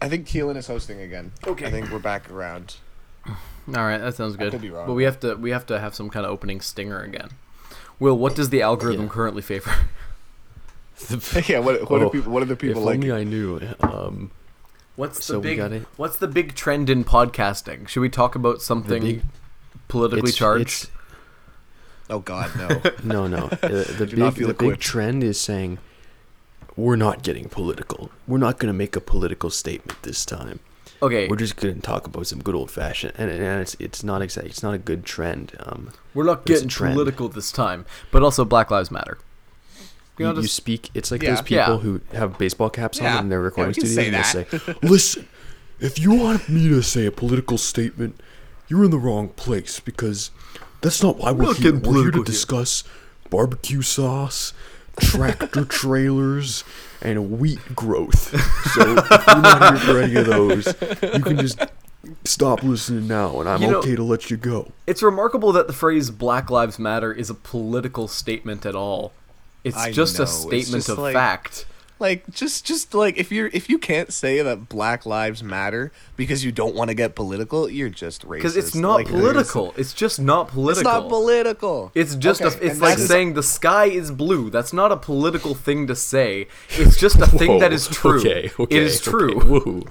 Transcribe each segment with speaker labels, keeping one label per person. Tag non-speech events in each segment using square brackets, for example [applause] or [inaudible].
Speaker 1: I think Keelan is hosting again.
Speaker 2: Okay.
Speaker 1: I think we're back around.
Speaker 3: All right, that sounds good.
Speaker 1: could be wrong.
Speaker 3: But we have to we have to have some kind of opening stinger again. Will, what does the algorithm
Speaker 4: Yeah.
Speaker 3: currently favor?
Speaker 1: [laughs]
Speaker 3: [laughs]
Speaker 1: yeah. What what
Speaker 4: Oh,
Speaker 1: are people? What are the people
Speaker 4: if
Speaker 1: like?
Speaker 4: only I knew. Um,
Speaker 3: What's the
Speaker 4: So we
Speaker 3: big
Speaker 4: got it.
Speaker 3: What's the big trend in podcasting? Should we talk about something
Speaker 4: big-
Speaker 3: politically
Speaker 4: it's-
Speaker 3: charged?
Speaker 1: Oh God, no.
Speaker 4: [laughs]
Speaker 3: [laughs]
Speaker 4: it's- no, no. Uh, the
Speaker 1: Do not
Speaker 4: big,
Speaker 1: feel
Speaker 4: the big
Speaker 1: equipped.
Speaker 4: trend is saying we're not getting political. We're not going to make a political statement this time.
Speaker 3: okay,
Speaker 4: We're just going to talk about some good old fashioned, and, and it's it's not exact. It's not a good trend. Um,
Speaker 3: we're not
Speaker 4: there's a
Speaker 3: getting
Speaker 4: trend.
Speaker 3: political this time, but also Black Lives Matter. You
Speaker 4: you,
Speaker 3: know,
Speaker 4: you
Speaker 3: just-
Speaker 4: speak. It's like
Speaker 1: Yeah.
Speaker 4: those people
Speaker 3: Yeah.
Speaker 4: who have baseball caps
Speaker 1: Yeah.
Speaker 4: on in their
Speaker 1: Yeah, we
Speaker 4: recording
Speaker 1: can
Speaker 4: studio,
Speaker 1: say
Speaker 4: and they say,
Speaker 1: [laughs]
Speaker 4: "Listen, if you want me to say a political statement, you're in the wrong place because that's not why we're
Speaker 3: not
Speaker 4: here.
Speaker 3: getting
Speaker 4: We're here to
Speaker 3: political here."
Speaker 4: discuss barbecue sauce,
Speaker 1: [laughs]
Speaker 4: tractor trailers, and wheat growth. So if you're not here for any of those, you can just." Stop listening now, and I'm
Speaker 3: You know-
Speaker 4: okay to let you go.
Speaker 3: It's remarkable that the phrase Black Lives Matter is a political statement at all. It's
Speaker 1: I
Speaker 3: just
Speaker 1: know,
Speaker 3: a
Speaker 1: it's
Speaker 3: statement
Speaker 1: just
Speaker 3: of
Speaker 1: like-
Speaker 3: fact.
Speaker 1: like just just like if you're if you can't say that Black Lives Matter because you don't want to get political, you're just racist.
Speaker 3: Because it's not
Speaker 1: Like, there's-
Speaker 3: political. It's just not
Speaker 1: It's
Speaker 3: political.
Speaker 1: not political.
Speaker 3: It's just
Speaker 1: Okay,
Speaker 3: a, it's
Speaker 1: and
Speaker 3: like
Speaker 1: that is-
Speaker 3: saying the sky is blue. That's not a political thing to [laughs] say. It's just a thing that is true. it is true.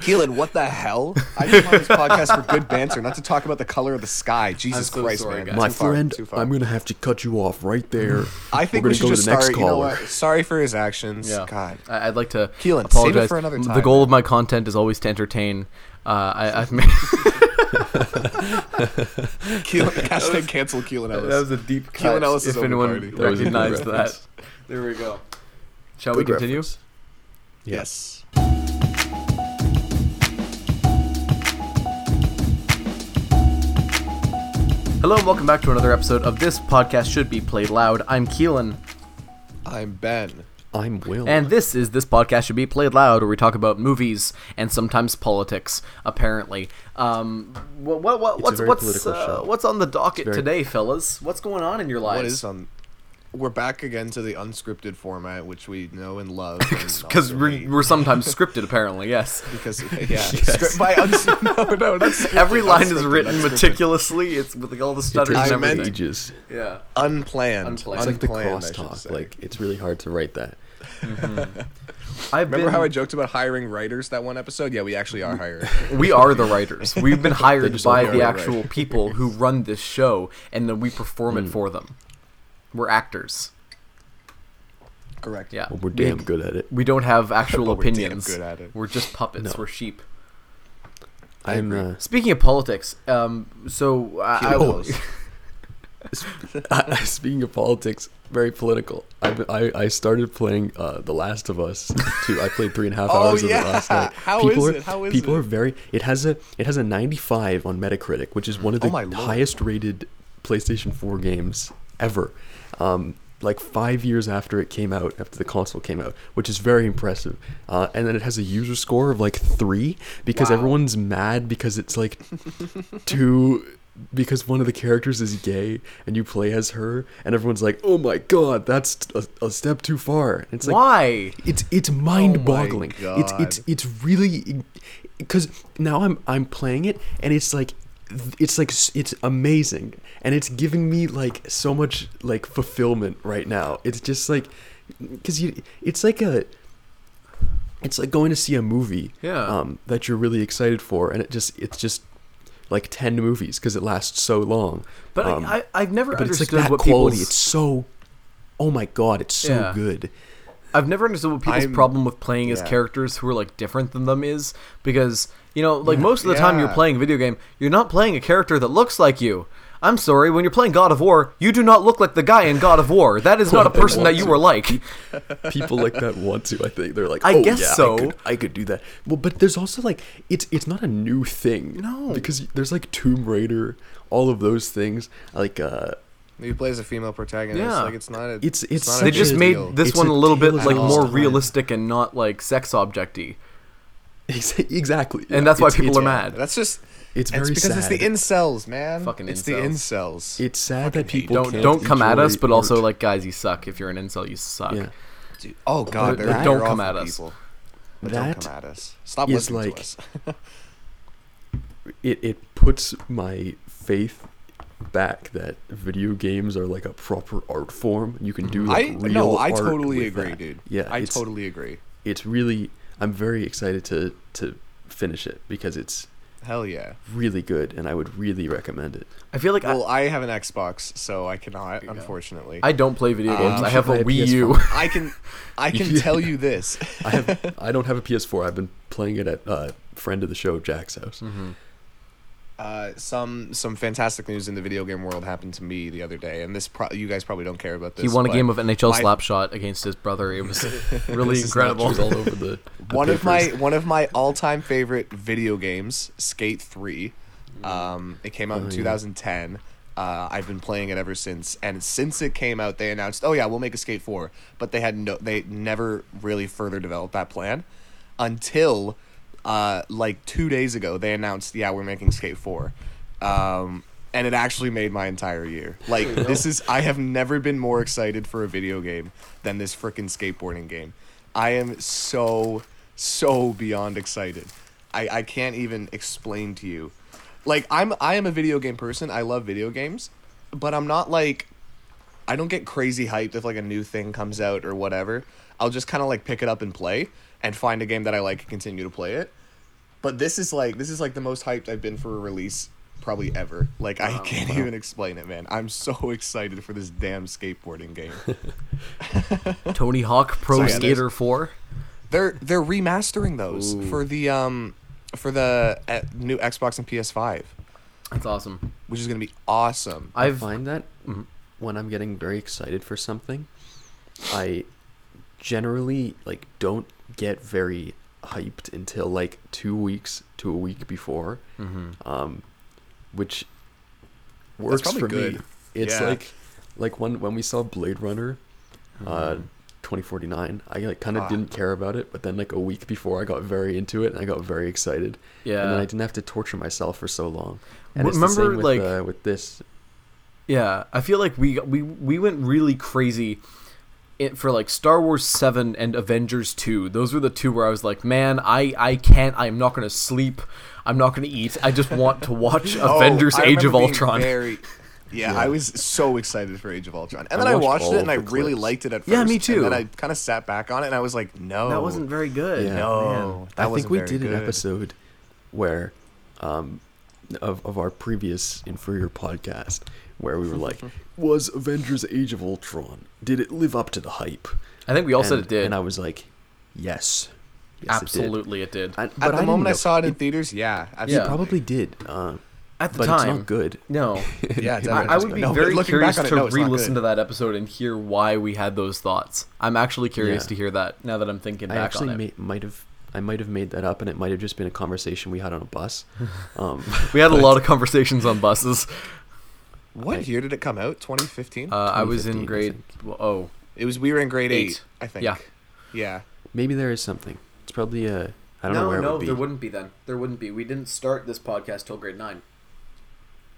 Speaker 1: Keelan, what the hell? I came on this podcast for good banter, not to talk about the color of the sky. Jesus
Speaker 3: so
Speaker 1: Christ,
Speaker 3: sorry,
Speaker 1: man.
Speaker 3: guys.
Speaker 4: My
Speaker 1: Too far,
Speaker 4: friend,
Speaker 1: too far.
Speaker 4: I'm gonna have to cut you off right there.
Speaker 1: I think
Speaker 4: We're
Speaker 1: we
Speaker 4: gonna
Speaker 1: should
Speaker 4: go
Speaker 1: just
Speaker 4: to the next
Speaker 1: start. You know
Speaker 4: caller.
Speaker 1: what? Sorry for his actions.
Speaker 3: Yeah.
Speaker 1: God.
Speaker 3: I, I'd like to
Speaker 1: Keelan, save it
Speaker 3: apologize.
Speaker 1: for another
Speaker 3: The
Speaker 1: time.
Speaker 3: goal of my content is always to entertain. Uh,
Speaker 1: [laughs]
Speaker 3: I, I've made
Speaker 1: Keelan, hashtag cancel Keelan Ellis.
Speaker 3: that was a [laughs] deep cut.
Speaker 1: Keelan Ellis is
Speaker 3: if
Speaker 1: over
Speaker 3: anyone
Speaker 1: party.
Speaker 4: That was a
Speaker 3: [laughs]
Speaker 4: good
Speaker 3: recognized that,
Speaker 4: reference.
Speaker 3: there we go. Shall we continue?
Speaker 1: yes.
Speaker 3: Hello and welcome back to another episode of this podcast. Should be played loud. I'm Keelan,
Speaker 1: I'm Ben.
Speaker 4: I'm Will.
Speaker 3: and this is this podcast should be played loud, where we talk about movies and sometimes politics. Apparently, um, what, what, what,
Speaker 4: a
Speaker 3: what's
Speaker 4: very
Speaker 3: what's
Speaker 4: political
Speaker 3: uh,
Speaker 4: show.
Speaker 3: what's on the docket
Speaker 4: very-
Speaker 3: today, fellas? What's going on in your lives?
Speaker 1: What is on? We're back again to the unscripted format, which we know and love.
Speaker 3: because we're, we're sometimes scripted apparently yes
Speaker 1: because yeah, Script- by uns- no, [laughs] no, that's
Speaker 3: every
Speaker 1: unscripted,
Speaker 3: line is
Speaker 1: unscripted,
Speaker 3: written
Speaker 1: unscripted.
Speaker 3: meticulously it's with like, all the stutters
Speaker 1: takes
Speaker 3: and
Speaker 1: I meant-
Speaker 3: everything
Speaker 4: ages.
Speaker 3: yeah
Speaker 1: Unplanned.
Speaker 3: Unplanned.
Speaker 4: It's like the
Speaker 1: Unplanned, I should
Speaker 4: crosstalk.
Speaker 1: say.
Speaker 4: Like it's really hard to write that.
Speaker 3: i've
Speaker 1: remember
Speaker 3: been
Speaker 1: how I joked about hiring writers that one episode? Yeah, we actually are hiring.
Speaker 3: we are the writers we've been hired
Speaker 4: just
Speaker 3: by
Speaker 4: all
Speaker 3: the
Speaker 1: are
Speaker 3: actual people who run this show and then we perform it for them we're actors
Speaker 1: Correct.
Speaker 3: yeah
Speaker 4: Well, we're
Speaker 3: We-
Speaker 4: damn good at it.
Speaker 3: we don't have
Speaker 1: [laughs]
Speaker 3: actual
Speaker 1: But we're damn
Speaker 3: opinions
Speaker 1: good at it.
Speaker 3: we're just puppets we're sheep
Speaker 4: I'm. Uh,
Speaker 3: speaking of politics um so I, I,
Speaker 4: [laughs]
Speaker 1: Oh.
Speaker 4: I- speaking of politics, very political. I, I, I started playing uh, The Last of Us. Two. I played three and a half
Speaker 1: [laughs] Oh,
Speaker 4: hours
Speaker 1: yeah.
Speaker 4: of it last
Speaker 1: [laughs]
Speaker 4: night.
Speaker 1: How
Speaker 4: people
Speaker 1: is
Speaker 4: are,
Speaker 1: it? How is
Speaker 4: people
Speaker 1: it?
Speaker 4: are very. It has a it has a 95 on Metacritic, which is one of
Speaker 1: Oh
Speaker 4: the
Speaker 1: my lord.
Speaker 4: highest rated PlayStation 4 games ever. Um, like five years after it came out, after the console came out, which is very impressive. Uh, and then it has a user score of like three because
Speaker 1: Wow.
Speaker 4: everyone's mad because it's like two because one of the characters is gay and you play as her and everyone's like oh my god that's a, a step too far and it's like
Speaker 3: why
Speaker 4: it's it's mind-boggling it's
Speaker 1: God.
Speaker 4: it's it's really because now i'm i'm playing it and it's like it's like s- it's amazing and it's giving me like so much like fulfillment right now it's just like because you it's like a it's like going to see a movie
Speaker 3: Yeah.
Speaker 4: um, that you're really excited for and it just it's just like 10 movies because it lasts so long
Speaker 3: but
Speaker 4: Um,
Speaker 3: I, I, i've never
Speaker 4: but it's
Speaker 3: understood
Speaker 4: like that
Speaker 3: what
Speaker 4: quality
Speaker 3: people's-
Speaker 4: it's so oh my god it's so
Speaker 3: Yeah.
Speaker 4: good
Speaker 3: I've never understood what people's
Speaker 1: I'm-
Speaker 3: problem with playing as
Speaker 1: yeah.
Speaker 3: characters who are like different than them is because you know like most of the time you're
Speaker 1: Yeah.
Speaker 3: playing a video game you're not playing a character that looks like you. I'm sorry, when you're playing God of War, you do not look like the guy in God of War. That is
Speaker 4: [laughs]
Speaker 3: not a
Speaker 4: Well, I
Speaker 3: person that
Speaker 4: want
Speaker 3: you
Speaker 4: to.
Speaker 3: were
Speaker 4: [laughs]
Speaker 3: like.
Speaker 4: people
Speaker 3: [laughs]
Speaker 4: like that want to. I think they're like,
Speaker 3: I
Speaker 4: oh,
Speaker 3: guess
Speaker 4: yeah,
Speaker 3: so.
Speaker 4: I could, I could do that. Well, but there's also like it's it's not a new thing.
Speaker 3: No.
Speaker 4: because there's like Tomb Raider, all of those things. Like uh, [laughs]
Speaker 1: He plays a female protagonist.
Speaker 3: Yeah.
Speaker 1: Like it's not a.
Speaker 4: It's- it's
Speaker 1: not a
Speaker 4: such
Speaker 3: They
Speaker 4: a-
Speaker 1: big
Speaker 3: just
Speaker 4: It's
Speaker 3: made
Speaker 1: deal.
Speaker 3: this
Speaker 4: It's
Speaker 3: one
Speaker 4: a
Speaker 3: a little bit
Speaker 4: tale of
Speaker 3: like
Speaker 4: two
Speaker 3: more
Speaker 4: sides.
Speaker 3: realistic and not like sex objecty.
Speaker 4: ex- exactly, yeah,
Speaker 3: And that's why
Speaker 4: it's-
Speaker 3: people
Speaker 4: it's-
Speaker 3: are mad.
Speaker 1: That's just.
Speaker 4: It's
Speaker 1: and
Speaker 4: very
Speaker 1: it's because
Speaker 4: sad.
Speaker 1: it's the incels, man.
Speaker 3: Fucking
Speaker 1: it's
Speaker 3: incels.
Speaker 1: the incels.
Speaker 4: It's sad that
Speaker 1: hate
Speaker 4: people
Speaker 3: Don't
Speaker 4: can't
Speaker 3: don't come at
Speaker 4: enjoy
Speaker 3: us, but also
Speaker 4: art.
Speaker 3: like guys, you suck. If you're an incel, you suck.
Speaker 4: yeah.
Speaker 1: oh god,
Speaker 4: But
Speaker 1: they're
Speaker 4: that-
Speaker 1: they're
Speaker 3: don't
Speaker 1: awful
Speaker 3: come at us.
Speaker 1: People. But
Speaker 4: That
Speaker 1: don't come at us. Stop
Speaker 4: is
Speaker 1: listening
Speaker 4: like-
Speaker 1: to us.
Speaker 4: it, it puts my faith back that video games are like a proper art form. You can do like
Speaker 1: Mm-hmm. I
Speaker 4: real
Speaker 1: no, I
Speaker 4: art
Speaker 1: totally
Speaker 4: with
Speaker 1: agree,
Speaker 4: that.
Speaker 1: dude.
Speaker 4: Yeah,
Speaker 1: I
Speaker 4: it's,
Speaker 1: totally agree.
Speaker 4: It's really I'm very excited to to finish it because it's
Speaker 1: Hell yeah.
Speaker 4: really good and I would really recommend it.
Speaker 3: I feel like I-
Speaker 1: Well, I have an Xbox, so I cannot,
Speaker 3: you go.
Speaker 1: unfortunately.
Speaker 3: I, don't play video
Speaker 1: Um,
Speaker 3: games. I have
Speaker 4: uh, you
Speaker 3: a
Speaker 4: should buy a
Speaker 3: Wii
Speaker 4: PS5.
Speaker 3: U.
Speaker 1: I can, I can
Speaker 4: Yeah.
Speaker 1: tell you this. [laughs]
Speaker 4: I have I don't have a PS4. I've been playing it at uh, friend of the show Jack's house.
Speaker 1: Mm-hmm. Uh, some some fantastic news in the video game world happened to me the other day, and this pro- you guys probably don't care about this.
Speaker 3: [laughs] He won a
Speaker 1: but
Speaker 3: game of NHL
Speaker 1: my-
Speaker 3: Slapshot against his brother. It
Speaker 4: [laughs]
Speaker 3: was really
Speaker 1: This is not
Speaker 3: incredible.
Speaker 4: It was
Speaker 3: [laughs]
Speaker 4: all over the, the
Speaker 1: one of my
Speaker 4: papers.
Speaker 1: one of my all time favorite video games, Skate Three. Um, it came out
Speaker 4: Oh,
Speaker 1: in
Speaker 4: yeah.
Speaker 1: 2010. Uh, I've been playing it ever since, and since it came out, they announced, "Oh yeah, we'll make a Skate 4. but they had no, they never really further developed that plan until uh, like two days ago. They announced, "Yeah, we're making Skate 4. Um, and it actually made my entire year. Like this is, I have never been more excited for a video game than this freaking skateboarding game. I am so so beyond excited. I, I can't even explain to you. Like I'm I am a video game person. I love video games, but I'm not like I don't get crazy hyped if like a new thing comes out or whatever. I'll just kind of like pick it up and play and find a game that I like and continue to play it. But this is like this is like the most hyped I've been for a release probably ever. Like I can't even explain it, man. I'm so [laughs] excited for this damn skateboarding game. [laughs]
Speaker 3: Tony Hawk Pro
Speaker 1: So, yeah, there's-
Speaker 3: Skater 4.
Speaker 1: They're they're remastering those for the um for the uh, new Xbox and PS5,
Speaker 3: That's awesome.
Speaker 1: which is gonna be awesome.
Speaker 4: I
Speaker 3: I've
Speaker 4: find that when I'm getting very excited for something, I generally like don't get very hyped until like two weeks to a week before,
Speaker 3: Mm-hmm.
Speaker 4: um, which works
Speaker 1: probably
Speaker 4: for me.
Speaker 1: good.
Speaker 4: It's
Speaker 1: Yeah.
Speaker 4: like like when when we saw Blade Runner, uh, 2049. I like kind of
Speaker 1: Ah.
Speaker 4: didn't care about it, but then like a week before, I got very into it and I got very excited. and
Speaker 3: Yeah.
Speaker 4: then I didn't have to torture myself for so long. And
Speaker 3: W-
Speaker 4: it's the same
Speaker 3: remember,
Speaker 4: with,
Speaker 3: like-
Speaker 4: uh, with this
Speaker 3: Yeah, I feel like we we we went really crazy it, for like Star Wars 7 and Avengers 2. Those were the two where I was like, "Man, I I can't I'm not going to sleep. I'm not going to eat. I just want to watch
Speaker 1: [laughs] Oh,
Speaker 3: Avengers
Speaker 1: I
Speaker 3: Age of
Speaker 1: remember being [laughs]
Speaker 3: Ultron." [laughs]
Speaker 1: very- yeah, I was so excited for Age of Ultron, and
Speaker 4: I
Speaker 1: then I
Speaker 4: watched
Speaker 1: watched,
Speaker 4: all
Speaker 1: it and
Speaker 4: of
Speaker 1: I
Speaker 4: the
Speaker 1: really
Speaker 4: clips.
Speaker 1: liked it at first.
Speaker 3: Yeah, me too.
Speaker 1: And then I kind of sat back on it, and I was like, no,
Speaker 3: that wasn't very good.
Speaker 4: Yeah.
Speaker 1: No, that
Speaker 4: I think
Speaker 1: wasn't
Speaker 4: we
Speaker 1: very
Speaker 4: did an
Speaker 1: good.
Speaker 4: episode where, um, of of our previous inferior podcast where we were
Speaker 1: [laughs]
Speaker 4: like, was Avengers: Age of Ultron? Did it live up to the hype?
Speaker 3: I think we all said
Speaker 4: And-
Speaker 3: it did.
Speaker 4: and I was like, yes, yes
Speaker 3: Absolutely it did.
Speaker 4: It did. And-
Speaker 1: At
Speaker 4: but
Speaker 1: the
Speaker 4: didn't
Speaker 1: moment I
Speaker 4: know.
Speaker 1: saw it in theaters, yeah,
Speaker 4: It
Speaker 1: absolutely.
Speaker 4: probably did. Uh,
Speaker 3: At the
Speaker 4: but it's
Speaker 3: time.
Speaker 4: not good.
Speaker 3: No. [laughs]
Speaker 1: Yeah,
Speaker 4: It
Speaker 3: I, I
Speaker 1: it's
Speaker 3: would be
Speaker 1: no, but
Speaker 3: very
Speaker 1: looking back
Speaker 3: curious
Speaker 1: on it,
Speaker 3: to
Speaker 1: no, it's not
Speaker 3: re-listen
Speaker 1: good.
Speaker 3: to that episode and hear why we had those thoughts. I'm actually curious
Speaker 4: Yeah.
Speaker 3: to hear that now that I'm thinking
Speaker 4: I
Speaker 3: back
Speaker 4: actually
Speaker 3: on it.
Speaker 4: may, might have. I might have made that up, and it might have just been a conversation we had on a
Speaker 1: [laughs]
Speaker 4: bus. Um, [laughs]
Speaker 3: we had a lot of conversations on buses.
Speaker 1: What year did it come out? 2015.
Speaker 3: Uh, I was in
Speaker 4: 2015, I
Speaker 3: grade oh
Speaker 1: it was we were in grade eight,
Speaker 3: eight.
Speaker 1: I think.
Speaker 3: Yeah.
Speaker 1: yeah.
Speaker 4: maybe there is something. It's probably a. I don't know
Speaker 3: no,
Speaker 4: where
Speaker 3: no,
Speaker 4: it would be.
Speaker 3: there wouldn't be then. There wouldn't be. We didn't start this podcast till grade nine.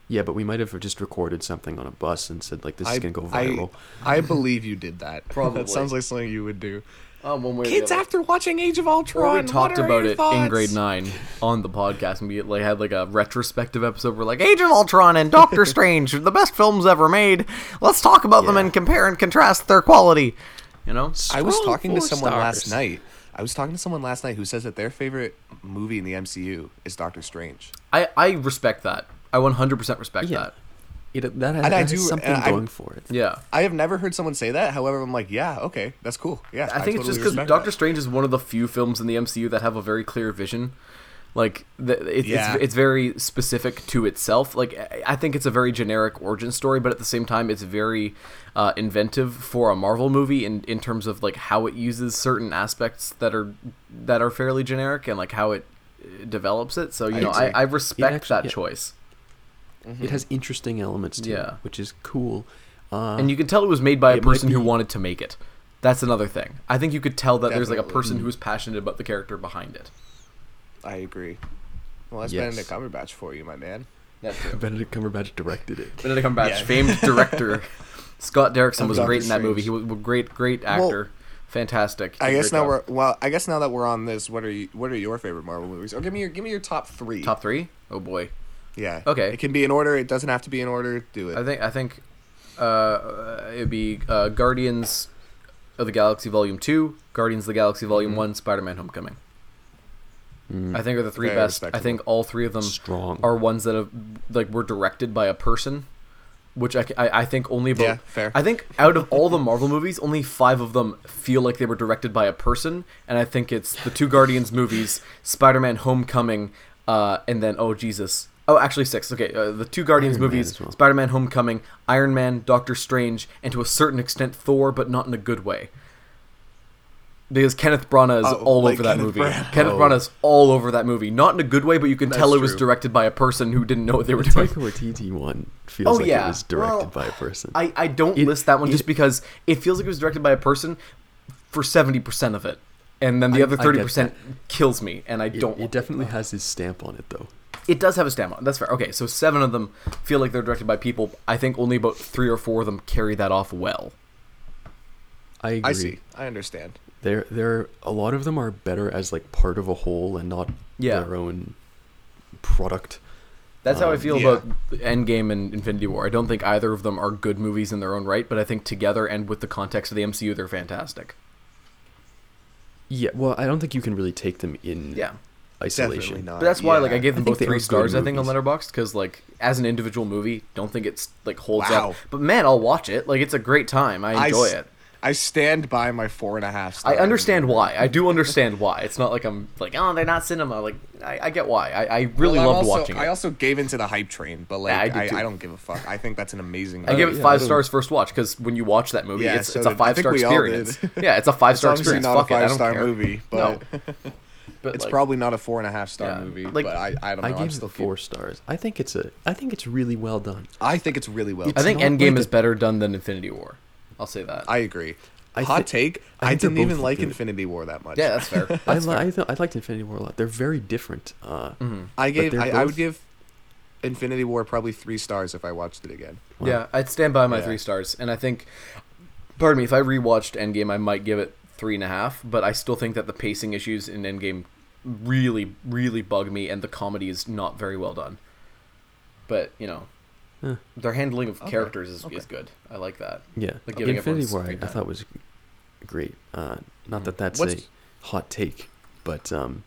Speaker 4: Yeah, but we might have just recorded something on a bus and said like this is gonna go viral.
Speaker 1: I, I believe you did that. [laughs]
Speaker 3: Probably.
Speaker 1: that sounds like something you would do.
Speaker 3: Um, one way or
Speaker 1: Kids
Speaker 3: the other.
Speaker 1: after watching Age of Ultron.
Speaker 3: Or we
Speaker 1: what
Speaker 3: talked
Speaker 1: are
Speaker 3: about
Speaker 1: your
Speaker 3: it in grade
Speaker 1: thoughts?
Speaker 3: nine on the podcast, and we like had like a retrospective episode. Where like Age of Ultron and Doctor Strange, the best films ever made. Let's talk about them
Speaker 4: Yeah.
Speaker 3: and compare and contrast their quality. You know,
Speaker 1: I was
Speaker 4: Scroll
Speaker 1: talking to
Speaker 4: four
Speaker 1: someone last
Speaker 4: stars.
Speaker 1: night. I was talking to someone last night who says that their favorite movie in the MCU is Doctor Strange.
Speaker 3: I I respect that. I 100% respect
Speaker 4: Yeah.
Speaker 3: that.
Speaker 4: It, that has,
Speaker 1: And I
Speaker 4: that has
Speaker 1: do-
Speaker 4: something
Speaker 1: and I-
Speaker 4: going for it.
Speaker 3: Yeah.
Speaker 1: I have never heard someone say that. However, I'm like, yeah, okay, that's cool. Yeah,
Speaker 3: I think it's just because Doctor Strange is one of the few films in the MCU that have a very clear vision. Like th it,
Speaker 1: Yeah.
Speaker 3: it's it's very specific to itself. Like I- I think it's a very generic origin story, but at the same time, it's very uh, inventive for a Marvel movie in in terms of like how it uses certain aspects that are that are fairly generic and like how it uh, develops it. So you
Speaker 1: I
Speaker 3: know,
Speaker 1: agree.
Speaker 3: I, I respect
Speaker 4: actually-
Speaker 3: that
Speaker 4: yeah.
Speaker 3: choice.
Speaker 1: Mm-hmm.
Speaker 4: It has interesting elements to it,
Speaker 3: Yeah.
Speaker 4: which is cool. Uh,
Speaker 3: and you can tell it was made by a
Speaker 4: it might
Speaker 3: person who
Speaker 4: be-
Speaker 3: wanted to make it. That's another thing. I think you could tell that there's like a
Speaker 1: Definitely.
Speaker 3: person who was passionate about the character behind it.
Speaker 1: I agree. Well, that's
Speaker 4: Yes.
Speaker 1: Benedict Cumberbatch for you, my man.
Speaker 3: That too.
Speaker 4: Um, Benedict Cumberbatch directed it.
Speaker 3: Benedict Cumberbatch,
Speaker 1: Yeah.
Speaker 3: famed director. Scott Derrickson
Speaker 1: Of
Speaker 3: was
Speaker 1: Doctor
Speaker 3: great in that
Speaker 1: Strange.
Speaker 3: movie. He was a great, great
Speaker 1: Well,
Speaker 3: actor. fantastic.
Speaker 1: I
Speaker 3: Did a
Speaker 1: guess
Speaker 3: great
Speaker 1: now
Speaker 3: job.
Speaker 1: we're well. I guess now that we're on this, what are you? What are your favorite Marvel movies? Or give me your give me your top three.
Speaker 3: top three. Oh boy,
Speaker 1: Yeah.
Speaker 3: Okay.
Speaker 1: It can be in order. It doesn't have to be in order. Do
Speaker 3: I
Speaker 1: it.
Speaker 3: think I think uh, it'd be uh, Guardians of the Galaxy Volume Two, Guardians of the Galaxy Volume One, Spider Man Homecoming. I think are the three
Speaker 1: Very
Speaker 3: best. I
Speaker 1: respectable.
Speaker 3: think all three
Speaker 1: Um,
Speaker 3: of them
Speaker 4: Strong.
Speaker 3: are ones that have like were directed by a person, which I, ca- I, I think only about.
Speaker 1: Yeah, fair.
Speaker 3: I think out of all the Marvel movies, only five of them feel like they were directed by a person, and I think it's the two Guardians movies, Spider Man Homecoming, uh, and then oh Jesus. Oh, actually six. Okay, uh, the two Guardians
Speaker 4: Man
Speaker 3: movies,
Speaker 4: as well.
Speaker 3: Spider-Man: Homecoming, Iron Man, Doctor Strange, and to a certain extent Thor, but not in a good way. Because Kenneth Branagh is
Speaker 1: Oh,
Speaker 3: all
Speaker 1: like
Speaker 3: over that
Speaker 1: Kenneth
Speaker 3: movie.
Speaker 1: Branagh.
Speaker 3: Kenneth
Speaker 4: Oh.
Speaker 3: Branagh's all over that movie. Not in a good way, but you can tell it was
Speaker 1: true.
Speaker 3: directed by a person who didn't know what they were
Speaker 4: The
Speaker 1: [laughs]
Speaker 3: doing.
Speaker 4: Taika Waititi one feels
Speaker 3: Oh,
Speaker 4: like
Speaker 3: yeah.
Speaker 4: it was directed
Speaker 3: Well,
Speaker 4: by a person.
Speaker 3: [laughs] I, I don't
Speaker 4: It-
Speaker 3: list that one
Speaker 4: it-
Speaker 3: just because it feels like it was directed by a person for 70% of it. And then the
Speaker 4: I-
Speaker 3: other
Speaker 4: I get
Speaker 3: 30% kills me, and I
Speaker 4: it,
Speaker 3: don't.
Speaker 4: it
Speaker 3: want-
Speaker 4: definitely has his stamp on it though.
Speaker 3: it does have a stamp on. it. That's fair. Okay, so seven of them feel like they're directed by people. I think only about three or four of them carry that off well.
Speaker 4: I agree.
Speaker 1: I see. I understand.
Speaker 4: There there a lot of them are better as like part of a whole and not
Speaker 3: Yeah.
Speaker 4: their own product.
Speaker 3: That's how I
Speaker 4: Um,
Speaker 3: feel
Speaker 1: yeah.
Speaker 3: about Endgame and Infinity War. I don't think either of them are good movies in their own right, but I think together and with the context of the MCU, they're fantastic.
Speaker 4: Yeah, well, I don't think you can really take them in
Speaker 3: Yeah.
Speaker 1: Definitely
Speaker 4: isolation.
Speaker 1: not.
Speaker 3: But that's why,
Speaker 1: Yeah.
Speaker 3: like, I gave them
Speaker 4: I think
Speaker 3: both
Speaker 4: they are
Speaker 3: three
Speaker 4: good
Speaker 3: stars. I think on
Speaker 4: movies.
Speaker 3: Letterboxd because, like, as an individual movie, don't think it's like holds
Speaker 1: Wow.
Speaker 3: up. But man, I'll watch it. Like, it's a great time. I
Speaker 1: I
Speaker 3: enjoy
Speaker 1: s-
Speaker 3: it.
Speaker 1: I stand by my four and a half. Star
Speaker 3: I understand why. I do understand why. It's not like I'm like, oh, they're not cinema. Like, I, I get why. I, I really
Speaker 1: Well, I'm
Speaker 3: loved
Speaker 1: also-
Speaker 3: watching it.
Speaker 1: I also gave into the hype train, but
Speaker 3: Yeah, I
Speaker 1: like
Speaker 3: did too.
Speaker 1: I, I, don't give a fuck. I think that's an amazing.
Speaker 3: I give it
Speaker 4: yeah, I
Speaker 3: five
Speaker 4: don't-
Speaker 3: stars first watch because when you watch that movie,
Speaker 1: Uh, Yeah,
Speaker 3: it's,
Speaker 1: so
Speaker 3: it's a
Speaker 1: did- I
Speaker 3: five star
Speaker 1: think we all did.
Speaker 3: experience. Yeah,
Speaker 1: [laughs]
Speaker 3: it's a five
Speaker 1: It's
Speaker 3: star
Speaker 1: obviously
Speaker 3: experience.
Speaker 1: not a
Speaker 3: Fuck it, I
Speaker 1: five
Speaker 3: don't
Speaker 1: star
Speaker 3: care.
Speaker 1: movie, but
Speaker 3: [laughs] no, but
Speaker 1: it's
Speaker 3: like,
Speaker 1: probably not a four and a half star
Speaker 3: Yeah.
Speaker 1: movie.
Speaker 3: Like,
Speaker 1: but I, I don't know.
Speaker 4: I
Speaker 1: I'm
Speaker 4: gave
Speaker 1: still
Speaker 4: it four stars. I think it's a I think it's really well done.
Speaker 1: I think it's really well.
Speaker 4: It's
Speaker 3: I think
Speaker 4: not
Speaker 3: Endgame
Speaker 4: like
Speaker 3: is
Speaker 4: a-
Speaker 3: better done than Infinity War. I'll say that.
Speaker 1: I agree.
Speaker 4: I
Speaker 1: Hot
Speaker 4: thi-
Speaker 1: take.
Speaker 4: I
Speaker 1: I,
Speaker 4: think they're
Speaker 1: didn't even
Speaker 4: both
Speaker 1: like
Speaker 4: good.
Speaker 1: Infinity War that much.
Speaker 3: yeah,
Speaker 1: [laughs]
Speaker 3: that's fair.
Speaker 4: I, li- I, th- I liked Infinity War a lot. They're very different. Uh,
Speaker 3: Mm-hmm.
Speaker 1: I gave.
Speaker 4: they're
Speaker 1: I, I would
Speaker 4: both-
Speaker 1: give Infinity War probably three stars if I watched it again.
Speaker 4: Wow.
Speaker 3: Yeah, I'd stand by my
Speaker 1: Yeah.
Speaker 3: three stars, and I think, pardon me, if I rewatched Endgame, I might give it three and a half. But I still think that the pacing issues in Endgame really, really bug me, and the comedy is not very well done. But you know,
Speaker 4: Huh.
Speaker 3: their handling of characters is,
Speaker 1: okay.
Speaker 3: is good. I like that.
Speaker 4: Yeah,
Speaker 3: Like giving
Speaker 4: Infinity
Speaker 3: everyone
Speaker 4: War I,
Speaker 3: screen
Speaker 4: I
Speaker 3: time.
Speaker 4: thought was great. Uh, not that that's
Speaker 1: Hmm. What's-
Speaker 4: a hot take, but um,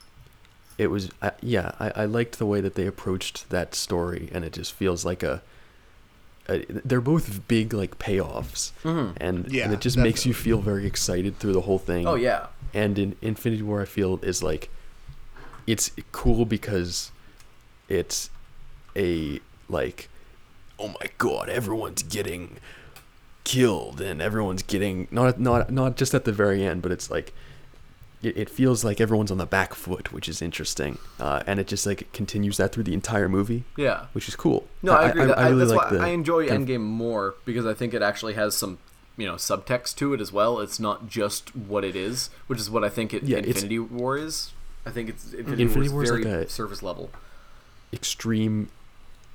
Speaker 4: it was. I, yeah, I, I liked the way that they approached that story, and it just feels like a. a they're both big like payoffs,
Speaker 3: Mhm.
Speaker 4: and,
Speaker 1: Yeah,
Speaker 4: and it just makes you feel very excited through the whole thing.
Speaker 3: Oh yeah,
Speaker 4: And in Infinity War, I feel is like, it's cool because, it's, a like, oh my god, everyone's getting killed and everyone's getting not not not just at the very end, but it's like it, it feels like everyone's on the back foot, which is interesting, uh, and it just like continues that through the entire movie,
Speaker 3: yeah.
Speaker 4: which is cool.
Speaker 3: No, I, agree. that- I that's why I enjoy
Speaker 4: kind of-
Speaker 3: Endgame more because I think it actually has some, you know, subtext to it as well. It's not just what it is, which is what I think it,
Speaker 4: Yeah, it's-
Speaker 3: Infinity War is. I think it's Infinity,
Speaker 4: Infinity
Speaker 3: War is
Speaker 4: War is
Speaker 3: very
Speaker 4: like a-
Speaker 3: surface level.
Speaker 4: extreme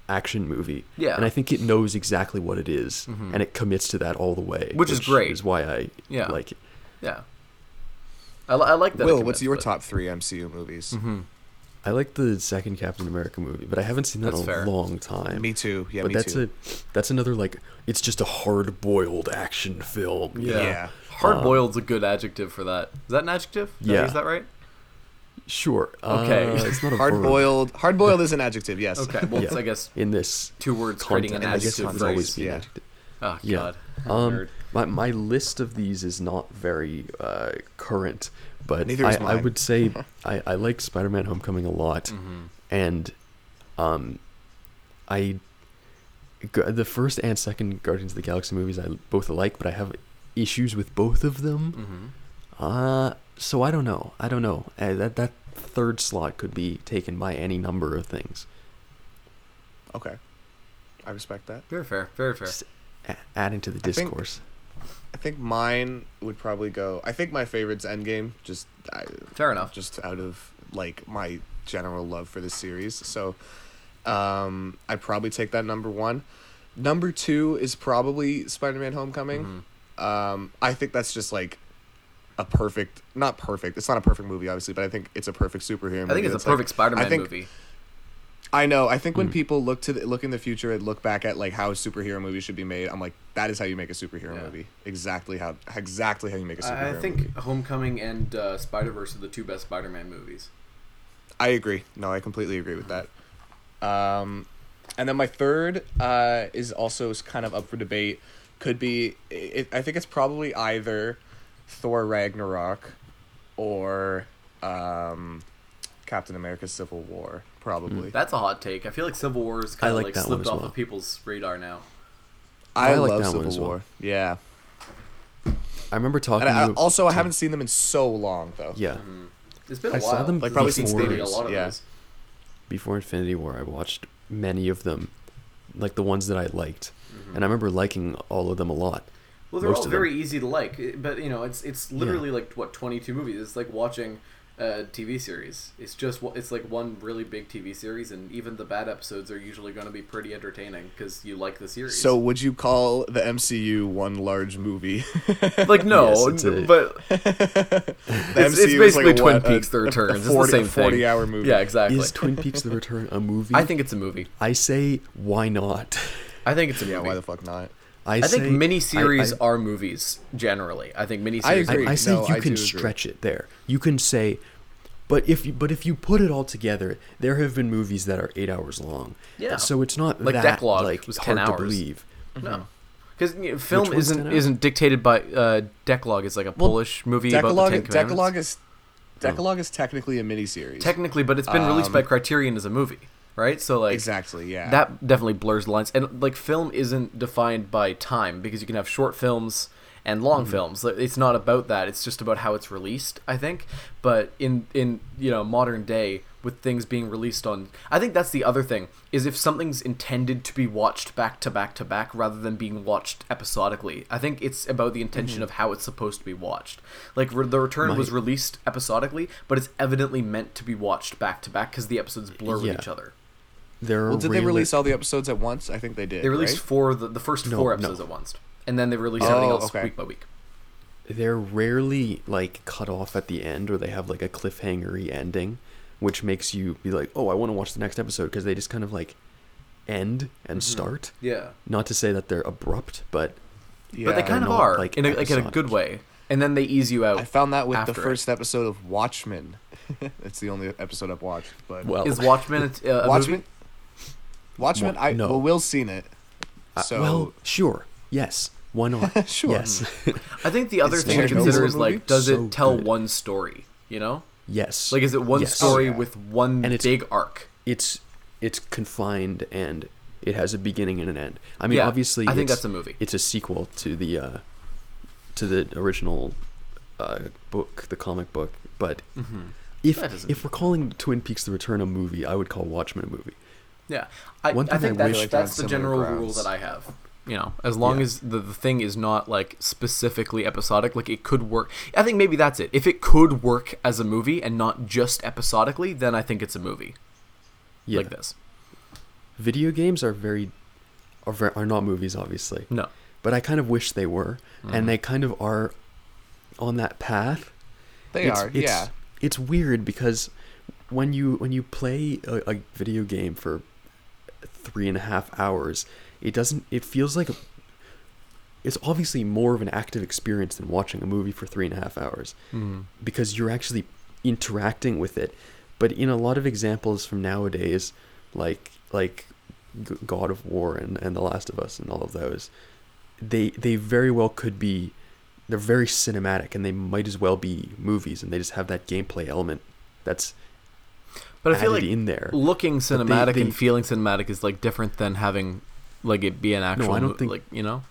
Speaker 4: action movie.
Speaker 3: Yeah. Mm-hmm.
Speaker 4: and I think it knows exactly what it is, and it commits to that all the way,
Speaker 3: Which is great.
Speaker 4: Is why I
Speaker 3: Yeah.
Speaker 4: like it.
Speaker 3: Yeah, I, li- I like that. it
Speaker 1: Will,
Speaker 3: commits,
Speaker 1: what's your
Speaker 3: but- Mm-hmm.
Speaker 1: top three MCU movies?
Speaker 4: I like the second Captain America movie, but I haven't seen that
Speaker 3: That's
Speaker 4: in a
Speaker 3: fair.
Speaker 4: long time.
Speaker 1: Me too. Yeah,
Speaker 4: but
Speaker 1: me
Speaker 4: that's
Speaker 1: too.
Speaker 4: a that's another like it's just a hard boiled action film. you
Speaker 3: Yeah.
Speaker 4: know?
Speaker 1: Yeah.
Speaker 3: Hard boiled's a good adjective for that. Is that an adjective? Did I
Speaker 4: Yeah.
Speaker 3: use that right?
Speaker 4: Sure.
Speaker 3: Okay.
Speaker 4: Uh, it's
Speaker 3: [laughs]
Speaker 4: not a
Speaker 1: hard
Speaker 4: verb.
Speaker 1: boiled. Hard boiled is an adjective. Yes.
Speaker 4: [laughs]
Speaker 3: Okay. Well,
Speaker 4: Yeah.
Speaker 3: it's, I guess
Speaker 4: in this
Speaker 3: two words
Speaker 4: context.
Speaker 3: creating an
Speaker 4: I guess
Speaker 3: adjective
Speaker 4: it's
Speaker 3: phrase.
Speaker 4: always been
Speaker 1: yeah.
Speaker 4: adjective.
Speaker 3: Oh
Speaker 4: Yeah.
Speaker 3: God.
Speaker 4: Um,
Speaker 3: Nerd.
Speaker 4: my my list of these is not very uh, current, but
Speaker 1: Neither
Speaker 4: I,
Speaker 1: is
Speaker 4: I
Speaker 1: mine.
Speaker 3: [laughs]
Speaker 4: would say I, I like Spider-Man: Homecoming a lot,
Speaker 3: Mm-hmm.
Speaker 4: and um, I g- the first and second Guardians of the Galaxy movies I both like, but I have issues with both of
Speaker 3: Mm-hmm.
Speaker 4: them. Uh, so I don't know. I don't know. Uh, that that third slot could be taken by any number of things.
Speaker 1: [laughs] Okay. I respect that.
Speaker 3: Very fair. Very fair.
Speaker 4: S- a- adding to the
Speaker 1: I think-
Speaker 4: discourse.
Speaker 1: I think mine would probably go. I think my favorite's Endgame. Just I,
Speaker 3: Fair enough.
Speaker 1: Just out of like my general love for this series, so um, I probably take that number one. Number
Speaker 3: Mm-hmm.
Speaker 1: two is probably Spider Man Homecoming. Um, I think that's just like a perfect, not perfect. It's not a perfect movie, obviously, but I think it's a perfect superhero. movie.
Speaker 3: I think it's a
Speaker 1: like-
Speaker 3: perfect Mm. Spider-Man
Speaker 1: I think-
Speaker 3: movie.
Speaker 1: I know. I think when people look to the, look in the future and look back at like how superhero movies should be made, I'm like, that is how you make a superhero
Speaker 3: Yeah.
Speaker 1: movie. Exactly how exactly how you make a
Speaker 3: I
Speaker 1: superhero.
Speaker 3: think
Speaker 1: movie.
Speaker 3: Homecoming and uh, Spider Verse are the two best Spider-Man movies.
Speaker 1: I agree. No, I completely agree with that. Um, and then my third uh, is also is kind of up for debate. Could be. It, I think it's probably either Thor Ragnarok or um, Captain America: Civil War. Probably.
Speaker 3: That's a hot take. I feel like Civil War is kind
Speaker 4: I
Speaker 3: of
Speaker 4: like
Speaker 3: like,
Speaker 4: that one
Speaker 3: slipped
Speaker 4: as
Speaker 3: off
Speaker 4: well.
Speaker 3: of people's radar now.
Speaker 1: I,
Speaker 4: I like
Speaker 1: love
Speaker 4: that one
Speaker 1: Civil
Speaker 4: as well.
Speaker 1: War. Yeah.
Speaker 4: I remember talking
Speaker 1: And I,
Speaker 4: to you.
Speaker 1: also, Mm-hmm. I haven't seen them in so long though.
Speaker 4: Yeah,
Speaker 3: It's been a
Speaker 4: I
Speaker 3: while.
Speaker 4: saw them
Speaker 1: Like, probably since
Speaker 4: before-
Speaker 3: Seen a lot of
Speaker 1: Yeah.
Speaker 3: those.
Speaker 4: before Infinity War, I watched many of them, like the ones that I liked,
Speaker 1: Mm-hmm.
Speaker 4: and I remember liking all of them a lot.
Speaker 3: Well, they're
Speaker 4: Most
Speaker 3: all
Speaker 4: of them.
Speaker 3: very easy to like, i- but you know, it's it's literally like what twenty two movies. It's like watching a TV series. It's just wa- it's like one really big TV series, and even the bad episodes are usually going to be pretty entertaining because you like the series.
Speaker 1: So would you call the MCU one large movie? [laughs] the
Speaker 3: [laughs] like no,
Speaker 4: Yes, it's a-
Speaker 1: [laughs]
Speaker 3: but it's,
Speaker 1: MCU
Speaker 3: it's
Speaker 1: is
Speaker 3: basically
Speaker 1: like a
Speaker 3: Twin
Speaker 1: what, a-
Speaker 3: Peaks: The
Speaker 1: a
Speaker 3: Return. It's
Speaker 1: 40
Speaker 3: the same
Speaker 1: a
Speaker 3: thing.
Speaker 1: 40 hour movie.
Speaker 3: Yeah, exactly.
Speaker 4: Is Twin Peaks:
Speaker 1: [laughs]
Speaker 4: The Return a movie?
Speaker 1: Hmm?
Speaker 3: I think it's a movie.
Speaker 4: I say why not. [laughs]
Speaker 3: I think it's a
Speaker 1: Yeah,
Speaker 3: movie.
Speaker 1: why the fuck not?
Speaker 4: I,
Speaker 3: I
Speaker 4: say,
Speaker 3: think miniseries
Speaker 4: I-
Speaker 3: are movies generally. I think miniseries.
Speaker 1: I
Speaker 3: are
Speaker 1: agree.
Speaker 4: I, I say
Speaker 1: No, I
Speaker 4: you
Speaker 1: do
Speaker 4: can
Speaker 1: agree.
Speaker 4: stretch it there. You can say, but if you, but if you put it all together, there have been movies that are eight hours long.
Speaker 3: Yeah.
Speaker 4: So it's not
Speaker 3: Like
Speaker 4: that
Speaker 3: Decalogue
Speaker 4: like
Speaker 3: was 10
Speaker 4: hard to
Speaker 3: hours.
Speaker 4: believe.
Speaker 3: No, because film
Speaker 4: one's
Speaker 3: isn't
Speaker 4: 10 hours?
Speaker 3: isn't dictated by uh, Decalogue. Is like a Polish movie about the Ten
Speaker 1: Decalogue,
Speaker 3: Commandments. Oh.
Speaker 1: Decalogue is Decalogue is technically a miniseries.
Speaker 3: Technically, but it's been released
Speaker 1: Um,
Speaker 3: by Criterion as a movie, right? So like
Speaker 1: exactly. Yeah.
Speaker 3: that definitely blurs lines. And like film isn't defined by time because you can have short films and long films. Like, It's not about that. It's just about how it's released, I think. But in in you know modern day with things being released on I think that's the other thing is if something's intended to be watched back to back to back rather than being watched episodically. I think it's about the intention of how it's supposed to be watched. Like re- The Return was released episodically, but it's evidently meant to be watched back to back cuz the episodes blur
Speaker 4: Yeah.
Speaker 3: with each other.
Speaker 4: There are
Speaker 1: well, did they
Speaker 4: reali-
Speaker 1: release all the episodes at once? I think they did.
Speaker 3: They released
Speaker 1: right?
Speaker 3: four the, the first
Speaker 4: No,
Speaker 3: four
Speaker 4: no.
Speaker 3: episodes at once, and then they released everything
Speaker 1: Oh,
Speaker 3: else
Speaker 1: okay.
Speaker 3: week by week.
Speaker 4: they're rarely like cut off at the end or they have like a cliffhangery ending which makes you be like oh i want to watch the next episode because they just kind of like end and
Speaker 1: Mm-hmm.
Speaker 4: start
Speaker 3: Yeah,
Speaker 4: not to say that they're abrupt but
Speaker 1: Yeah.
Speaker 3: but they kind of
Speaker 4: not,
Speaker 3: are
Speaker 4: like,
Speaker 3: in a, like in a good
Speaker 4: episodic.
Speaker 3: way, and then they ease you out.
Speaker 1: I found that with the
Speaker 3: after it.
Speaker 1: first episode of Watchmen. [laughs] it's the only episode I've watched, but
Speaker 4: well
Speaker 3: Is Watchmen a, t- a
Speaker 1: Watchmen.
Speaker 3: movie?
Speaker 1: Watchmen.
Speaker 4: Wa-
Speaker 1: I
Speaker 4: no.
Speaker 1: well, Will's seen it.
Speaker 4: uh,
Speaker 1: So
Speaker 4: well sure yes why not
Speaker 1: [laughs] Sure.
Speaker 4: yes
Speaker 3: I think the other
Speaker 1: It's
Speaker 3: thing to
Speaker 1: Chernobyl
Speaker 3: consider is
Speaker 1: movie?
Speaker 3: like, does
Speaker 4: So
Speaker 3: it tell
Speaker 4: good.
Speaker 3: one story? You know,
Speaker 4: yes
Speaker 3: like is it one
Speaker 4: Yes.
Speaker 3: story
Speaker 1: Oh, yeah.
Speaker 3: with one
Speaker 4: And it's-
Speaker 3: big arc?
Speaker 4: it's it's confined and it has a beginning and an end i mean
Speaker 3: Yeah,
Speaker 4: obviously
Speaker 3: I think
Speaker 4: it's-
Speaker 3: that's a movie.
Speaker 4: it's a sequel to the uh, to the original uh, book, the comic book. But
Speaker 3: Mm-hmm.
Speaker 4: if
Speaker 3: That doesn't-
Speaker 4: if we're calling Twin Peaks: The Return a movie, I would call Watchmen a movie.
Speaker 3: Yeah, I,
Speaker 4: One
Speaker 3: I
Speaker 4: thing
Speaker 3: think
Speaker 4: I
Speaker 3: that's,
Speaker 1: wish-
Speaker 3: that's the
Speaker 1: Similar
Speaker 3: general rule
Speaker 1: grounds.
Speaker 3: that I have. You know, as long
Speaker 4: Yeah.
Speaker 3: as the, the thing is not like specifically episodic, like it could work. I think maybe that's it. If it could work as a movie and not just episodically, then I think it's a movie
Speaker 4: Yeah,
Speaker 3: like this.
Speaker 4: video games are very are ver are not movies, obviously.
Speaker 3: No, Mm-hmm.
Speaker 4: But I kind of wish they were, and they kind of are on that path.
Speaker 1: they
Speaker 4: it's,
Speaker 1: are.
Speaker 4: It's,
Speaker 1: yeah.
Speaker 4: it's weird because when you when you play a, a video game for three and a half hours, it doesn't. It feels like a, it's obviously more of an active experience than watching a movie for three and a half hours
Speaker 3: Mm-hmm.
Speaker 4: because you're actually interacting with it. But in a lot of examples from nowadays, like like G- God of War and, and The Last of Us and all of those, they they very well could be they're very cinematic and they might as well be movies and they just have that gameplay element that's
Speaker 3: but I
Speaker 4: added
Speaker 3: feel like
Speaker 4: in there.
Speaker 3: looking cinematic
Speaker 4: they-
Speaker 3: and feeling cinematic is like different than having like it be an actual.
Speaker 4: I don't
Speaker 3: mo-
Speaker 4: think-
Speaker 3: like you know.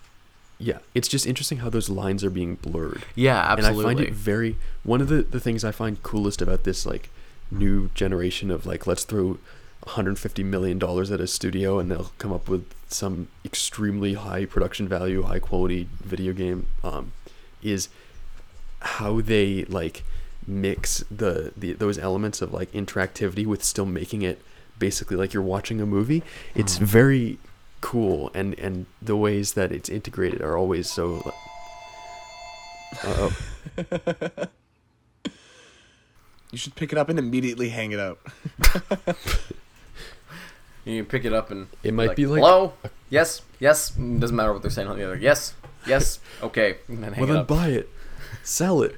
Speaker 4: Yeah, it's just interesting how those lines are being blurred.
Speaker 3: Yeah,
Speaker 4: And I find
Speaker 3: absolutely.
Speaker 4: it very one of the, the things I find coolest about this like new generation of like let's throw 150 million dollars at a studio and they'll come up with some extremely high production value, high quality video game um, is how they like mix the, the those elements of like interactivity with still making it basically like you're watching a movie. It's
Speaker 3: Mm-hmm.
Speaker 4: very cool and and the ways that it's integrated are always so Uh oh.
Speaker 1: You should pick it up and immediately hang it
Speaker 3: [laughs]
Speaker 1: up. [laughs]
Speaker 3: You can pick it up and
Speaker 4: It might be like-
Speaker 3: hello, yes, yes. Mm, Doesn't matter what they're saying on the other. Yes, yes, okay. [laughs] And then hang
Speaker 4: Well,
Speaker 3: it
Speaker 4: then
Speaker 3: up.
Speaker 4: buy it, sell it.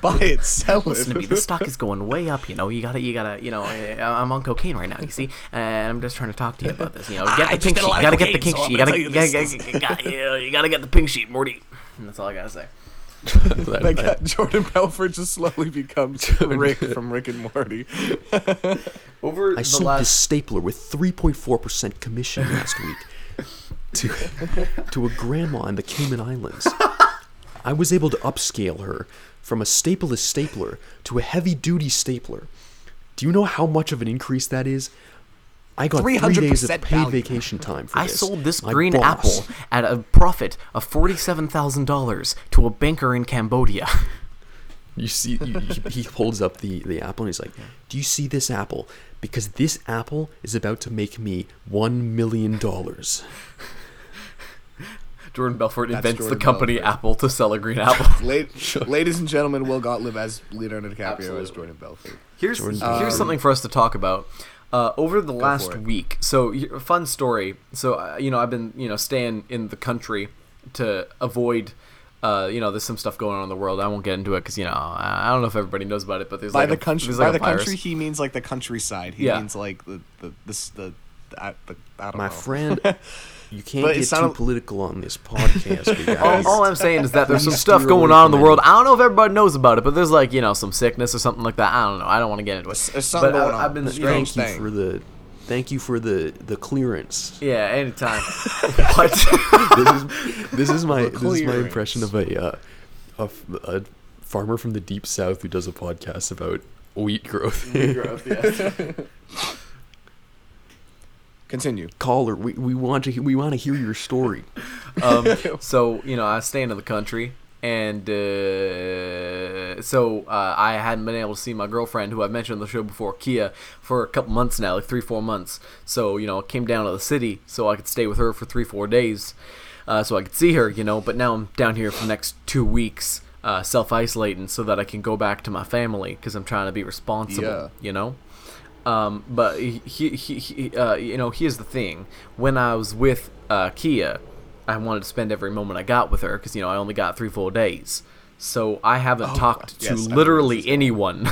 Speaker 1: Buy it, sell
Speaker 2: Listen to me.
Speaker 1: it.
Speaker 2: The stock
Speaker 3: [laughs]
Speaker 2: is going way up. You know, you gotta, you gotta, you know, I- I'm on cocaine right now. You see, Uh, and I'm just trying to talk to you about this. You know, get the pink sheet. You gotta get the pink sheet. You gotta, you gotta, you gotta- you gotta- you gotta get the pink sheet, Morty.
Speaker 3: And that's all I gotta say.
Speaker 4: That-
Speaker 1: Like
Speaker 4: that-
Speaker 1: that, Jordan Belfort just slowly
Speaker 3: [laughs]
Speaker 1: becomes Rick from Rick and Morty.
Speaker 3: Over
Speaker 4: I
Speaker 3: the
Speaker 4: sold this
Speaker 3: last
Speaker 4: stapler with 3.4% commission last week to, to a grandma in the Cayman Islands. I was able to upscale her from a stapleless stapler to a heavy duty stapler. Do you know how much of an increase that is? I got three days of
Speaker 1: 300%
Speaker 4: paid
Speaker 1: value.
Speaker 4: vacation time for
Speaker 2: I
Speaker 4: this.
Speaker 2: sold this
Speaker 4: My
Speaker 2: green
Speaker 4: boss-
Speaker 2: apple at a profit of forty-seven thousand dollars to a banker in Cambodia.
Speaker 4: You see, you, he- he holds up the, the apple and he's like, Do you see this apple? Because this apple is about to make me $1 million.
Speaker 3: Jordan Belfort invents
Speaker 1: Jordan
Speaker 3: the company
Speaker 1: Belfort.
Speaker 3: Apple to sell a green apple.
Speaker 1: Late,
Speaker 3: [laughs]
Speaker 1: Ladies and gentlemen, Will Gottlieb as Leonardo DiCaprio as
Speaker 3: Absolutely.
Speaker 1: Jordan Belfort.
Speaker 3: Here's here's something for us to talk about. Uh, over the last
Speaker 1: it.
Speaker 3: week, so y- a fun story. So uh, you know, I've been you know staying in the country to avoid. Uh, you know, there's some stuff going on in the world. I won't get into it because you know I I don't know if everybody knows about it, but there's
Speaker 1: By
Speaker 3: like
Speaker 1: the
Speaker 3: a,
Speaker 1: country,
Speaker 3: there's
Speaker 1: by
Speaker 3: like
Speaker 1: the
Speaker 3: a virus.
Speaker 1: country, he means like the countryside. He
Speaker 3: Yeah.
Speaker 1: means like the the this the, the, I, the I don't
Speaker 4: My
Speaker 1: know.
Speaker 4: friend, you can't
Speaker 1: But it
Speaker 4: get
Speaker 1: sounded-
Speaker 4: too political on this podcast. you guys.
Speaker 3: all, all I'm saying is that there's
Speaker 1: [laughs]
Speaker 3: some
Speaker 4: Please
Speaker 3: stuff
Speaker 4: steer
Speaker 3: going
Speaker 4: away
Speaker 3: on in the
Speaker 4: from
Speaker 3: world.
Speaker 4: it.
Speaker 3: I don't know if everybody knows about it, but there's like you know some sickness or something like that. I don't know. I don't want to get into it.
Speaker 1: There's something
Speaker 3: but
Speaker 1: going
Speaker 3: I,
Speaker 1: on.
Speaker 3: have been
Speaker 1: There's
Speaker 3: you know,
Speaker 1: strange
Speaker 4: thank you
Speaker 1: thing.
Speaker 4: for the, thank you for the
Speaker 3: [laughs]
Speaker 4: the clearance.
Speaker 1: [laughs]
Speaker 3: Yeah, anytime. but
Speaker 4: This is this is my this is my
Speaker 1: clearance.
Speaker 4: impression of a, uh, of a farmer from the deep south who does a podcast about wheat growth. [laughs]
Speaker 1: Continue.
Speaker 4: Caller, we, we want to he- we want to hear your story.
Speaker 3: um, so you know, I was staying in the country, and uh, so uh, I hadn't been able to see my girlfriend, who I've mentioned on the show before, Kia, for a couple months now, like three, four months. So you know, I came down to the city so I could stay with her for three, four days, uh, so I could see her. You know, but now I'm down here for the next two weeks, uh, self isolating, so that I can go back to my family because I'm trying to be responsible.
Speaker 1: Yeah.
Speaker 3: You know. Um, but he, he, he, he uh, you know, here's the thing. When I was with uh, Kia, I wanted to spend every moment I got with her because you know I only got three full days. So I haven't talked
Speaker 1: Oh, yes, I
Speaker 3: to
Speaker 1: know where this is
Speaker 3: literally anyone [laughs]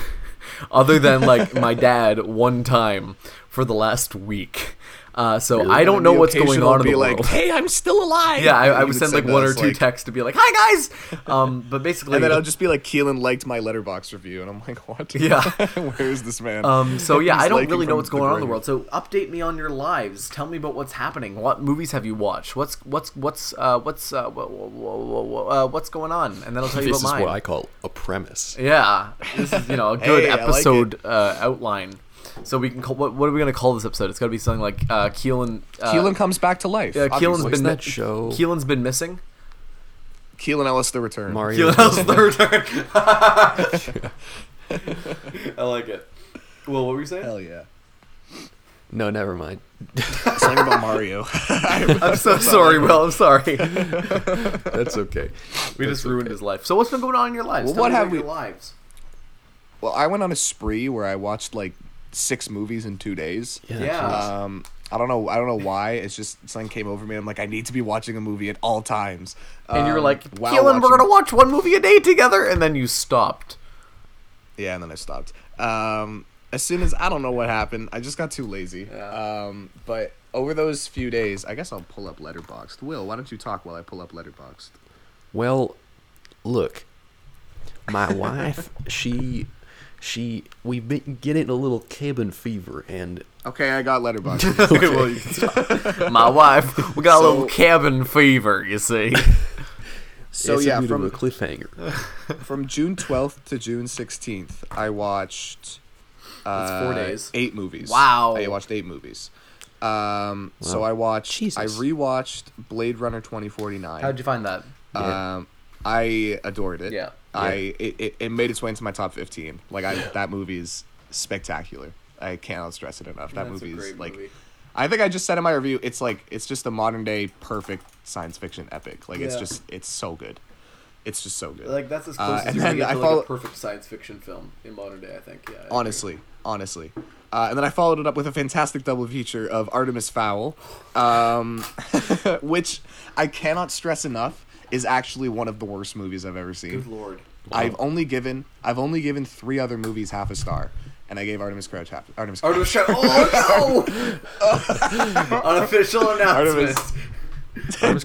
Speaker 3: other than like my dad one time for the last week. Uh, so I don't
Speaker 1: And
Speaker 3: know
Speaker 1: the
Speaker 3: what's going
Speaker 1: occasional
Speaker 3: on in
Speaker 1: be
Speaker 3: the
Speaker 1: like,
Speaker 3: world.
Speaker 1: Hey, I'm still alive.
Speaker 3: [laughs] yeah, I,
Speaker 1: And
Speaker 3: I
Speaker 1: he
Speaker 3: would send like
Speaker 1: send
Speaker 3: one or
Speaker 1: us,
Speaker 3: two
Speaker 1: like-
Speaker 3: texts to be like, "Hi guys," um, but basically,
Speaker 1: And then I'll just be like, Keelan liked my letterbox review, and I'm like, [laughs] what?
Speaker 3: Yeah.
Speaker 1: Where is this man?
Speaker 3: Um, so yeah,
Speaker 1: He's
Speaker 3: I don't
Speaker 1: liking
Speaker 3: really know
Speaker 1: from
Speaker 3: what's going on in the
Speaker 1: grave.
Speaker 3: world. So update me on your lives. Tell me about what's happening. What movies have you watched? What's what's what's uh, what's uh, wha- wha- wha- wha- uh, what's going on? And then I'll tell you
Speaker 4: This
Speaker 3: about
Speaker 4: is
Speaker 3: mine.
Speaker 4: what I call a premise.
Speaker 3: Yeah, this is you know
Speaker 1: [laughs]
Speaker 3: a good
Speaker 1: Hey, I like
Speaker 3: episode uh, outline. So we can call what what are we gonna call this episode? It's gotta be something like uh, Keelan. Uh,
Speaker 1: Keelan comes back to life.
Speaker 3: Yeah,
Speaker 1: obviously.
Speaker 3: Keelan's
Speaker 4: What's
Speaker 3: been
Speaker 4: that show?
Speaker 3: Keelan's been
Speaker 4: [laughs]
Speaker 3: missing.
Speaker 1: Keelan Ellis, the return.
Speaker 4: Mario.
Speaker 3: Keelan's third [laughs]
Speaker 4: [laughs]
Speaker 3: I like it. Well, what were you saying?
Speaker 1: Hell yeah.
Speaker 4: No, never mind.
Speaker 1: Something about Mario. [laughs]
Speaker 3: I'm so sorry, Will. I'm sorry.
Speaker 4: That's okay.
Speaker 3: We just ruined his life. So what's been going on in your lives?
Speaker 1: Well,
Speaker 3: Tell
Speaker 1: what
Speaker 3: me about
Speaker 1: have we-
Speaker 3: Your lives.
Speaker 1: well, I went on a spree where I watched like six movies in two days.
Speaker 3: Yeah.
Speaker 1: Um, I don't know. I don't know why. It's just something came over me. I'm like, I need to be watching a movie at all times.
Speaker 3: And you were
Speaker 1: Um,
Speaker 3: like,
Speaker 1: while
Speaker 3: Keelan, we're
Speaker 1: watching-
Speaker 3: gonna watch one movie a day together, and then you [laughs] stopped.
Speaker 1: Yeah, and then I stopped. Um, as soon as I don't know what happened, I just got too lazy. Um, but over those few days, I guess I'll pull up Letterboxd. Will, why don't you talk while I pull up Letterboxd?
Speaker 4: Well, look,
Speaker 1: [laughs]
Speaker 4: my wife, she, she, we've been getting a little cabin fever, and
Speaker 1: Okay, I got Letterboxd.
Speaker 3: [laughs] Okay, well, you can [laughs] stop. My wife, we got a little
Speaker 1: So-
Speaker 3: cabin fever, you see.
Speaker 1: [laughs] so
Speaker 4: it's a
Speaker 1: yeah,
Speaker 4: bit of
Speaker 1: from [laughs]
Speaker 4: a cliffhanger.
Speaker 1: from June 12th to June 16th, I watched uh,
Speaker 3: That's four days.
Speaker 1: eight movies.
Speaker 3: Wow.
Speaker 1: I watched eight movies. Um, so
Speaker 4: Wow.
Speaker 1: I watched. I
Speaker 4: Jesus.
Speaker 1: rewatched Blade Runner 2049.
Speaker 3: [laughs] How'd you find that?
Speaker 4: Yeah.
Speaker 1: Um, I adored it.
Speaker 3: Yeah.
Speaker 1: I it, it, it made its way into my top fifteen. Like I that movie is spectacular. I cannot stress it enough. That
Speaker 3: That's a
Speaker 1: movie is
Speaker 3: great
Speaker 1: like
Speaker 3: movie.
Speaker 1: I think I just said in my review, it's like it's just a modern day perfect science fiction epic. Like it's
Speaker 3: Yeah.
Speaker 1: just it's so good. It's just so good.
Speaker 3: Like that's as
Speaker 1: Uh,
Speaker 3: close as
Speaker 1: and
Speaker 3: you can
Speaker 1: then
Speaker 3: get
Speaker 1: I
Speaker 3: to
Speaker 1: follow-
Speaker 3: like a perfect science fiction film in modern day. I think. Yeah. I agree.
Speaker 1: honestly, honestly. Uh, and then I followed it up with a fantastic double feature of Artemis Fowl, um, [laughs] which I cannot stress enough is actually one of the worst movies I've ever
Speaker 3: Good
Speaker 1: seen.
Speaker 3: lord.
Speaker 1: I've only given I've only given three other movies half a star, and I gave Artemis Crouch half Artemis. Crouch.
Speaker 3: Artemis Fowl. Oh no! [laughs] Unofficial announcement.
Speaker 1: Artemis.
Speaker 4: Artemis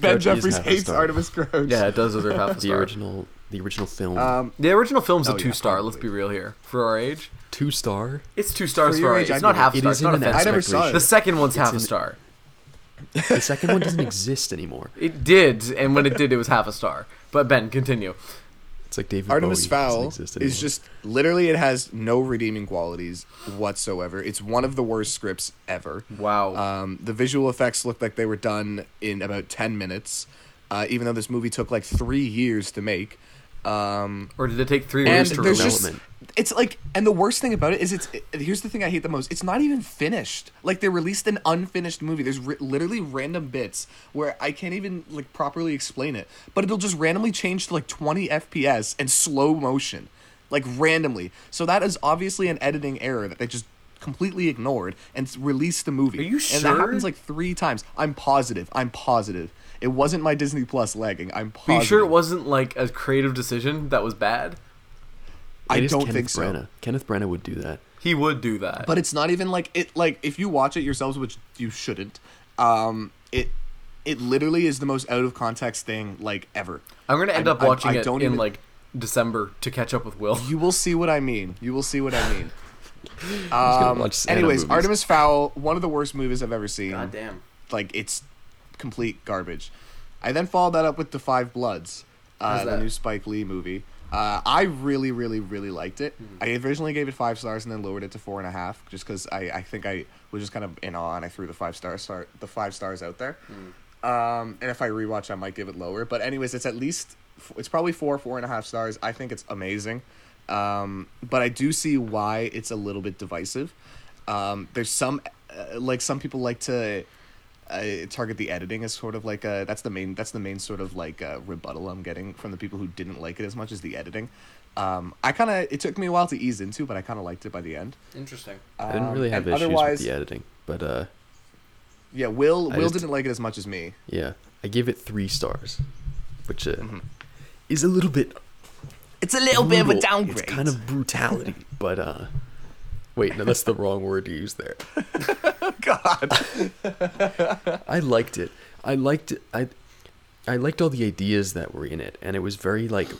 Speaker 1: [laughs] ben
Speaker 4: Crouch is
Speaker 1: Jeffries
Speaker 4: half a
Speaker 1: hates
Speaker 4: star.
Speaker 1: Artemis Crouch.
Speaker 3: Yeah, it does deserve [laughs] half a
Speaker 4: The
Speaker 3: star.
Speaker 4: original, the original film,
Speaker 1: Um,
Speaker 3: The original film's a
Speaker 1: Oh, yeah,
Speaker 3: two star. Let's be
Speaker 1: probably.
Speaker 3: real here. For our age,
Speaker 4: two star.
Speaker 3: it's two
Speaker 1: For
Speaker 3: stars for,
Speaker 1: your
Speaker 3: our
Speaker 1: age,
Speaker 3: age.
Speaker 1: I'd
Speaker 3: It's not
Speaker 1: give
Speaker 3: half
Speaker 1: it-
Speaker 4: It
Speaker 3: star.
Speaker 4: is
Speaker 3: It's not
Speaker 4: in an
Speaker 1: I
Speaker 3: offensive.
Speaker 1: never
Speaker 4: aspect
Speaker 1: saw it.
Speaker 4: ratio.
Speaker 3: The second one's half a
Speaker 4: in-
Speaker 3: star.
Speaker 4: The second
Speaker 1: [laughs]
Speaker 4: one doesn't exist anymore.
Speaker 3: It did, and when it did, it was half a star. But Ben, continue.
Speaker 4: It's like David
Speaker 1: Artemis
Speaker 4: Bowie doesn't
Speaker 1: Fowl is
Speaker 4: exist anymore.
Speaker 1: just literally it has no redeeming qualities whatsoever. It's one of the worst scripts ever.
Speaker 3: Wow.
Speaker 1: Um, the visual effects looked like they were done in about ten minutes, uh, even though this movie took like three years to make. Um,
Speaker 3: or did it take three
Speaker 1: and
Speaker 3: years to
Speaker 1: there's
Speaker 3: release?
Speaker 1: just
Speaker 4: development.
Speaker 1: it's like and the worst thing about it is it's it- here's the thing i hate the most it's not even finished like they released an unfinished movie there's ri- literally random bits where i can't even like properly explain it but it'll just randomly change to like 20 fps and slow motion like randomly so that is obviously an editing error that they just completely ignored and s- released the movie
Speaker 3: Are you
Speaker 1: and that
Speaker 3: sure?
Speaker 1: happens like three times i'm positive i'm positive it wasn't my disney plus lagging i'm
Speaker 3: Are
Speaker 1: positive
Speaker 3: you sure it wasn't like a creative decision that was bad?
Speaker 1: i
Speaker 4: It is
Speaker 1: don't
Speaker 4: Kenneth
Speaker 1: think so
Speaker 4: Branagh. Kenneth Branagh would do that.
Speaker 3: He would do that.
Speaker 1: but it's not even like it like if you watch it yourselves which you shouldn't um it it literally is the most out of context thing like ever
Speaker 3: I'm gonna end
Speaker 1: I-
Speaker 3: up
Speaker 1: I-
Speaker 3: watching
Speaker 1: I
Speaker 3: it
Speaker 1: don't
Speaker 3: in
Speaker 1: even-
Speaker 3: like December to catch up with Will. [laughs]
Speaker 1: you will see what i mean you will see what i mean
Speaker 4: gonna
Speaker 1: um,
Speaker 4: watch Santa
Speaker 1: anyways
Speaker 4: movies.
Speaker 1: artemis fowl one of the worst movies i've ever seen
Speaker 3: God damn.
Speaker 1: like it's complete garbage i then followed that up with the five bloods uh,
Speaker 3: How's
Speaker 1: the
Speaker 3: that?
Speaker 1: new spike lee movie uh, I really, really, really liked it.
Speaker 3: Hmm.
Speaker 1: I originally gave it five stars and then lowered it to four and a half, just because I, I think I was just kind of in awe and I threw the five stars star, the five stars out there.
Speaker 3: Hmm.
Speaker 1: Um, and if I rewatch, I might give it lower. But anyways, it's at least f- it's probably four, four and a half stars. I think it's amazing. Um, but I do see why it's a little bit divisive. Um, there's some uh, like some people like to uh, target the editing as sort of like a that's the main that's the main sort of like uh, rebuttal I'm getting from the people who didn't like it as much as the editing. Um, I kind of it took me a while to ease into, but I kind of liked it by the end.
Speaker 3: Interesting.
Speaker 4: I didn't
Speaker 1: Um,
Speaker 4: really have
Speaker 1: and
Speaker 4: issues
Speaker 1: otherwise-
Speaker 4: with the editing, but uh,
Speaker 1: Yeah, Will
Speaker 4: I
Speaker 1: Will
Speaker 4: just-
Speaker 1: didn't like it as much as
Speaker 4: [laughs]
Speaker 1: me.
Speaker 4: yeah, I give it three stars, which uh, is a little bit
Speaker 1: Mm-hmm. It's a little
Speaker 4: brutal. It's kind of brutality, but uh, wait, no, that's the [laughs] wrong word to use there. Oh,
Speaker 1: God.
Speaker 4: I liked it. I liked it. I, I liked all the ideas that were in it, and it was very like,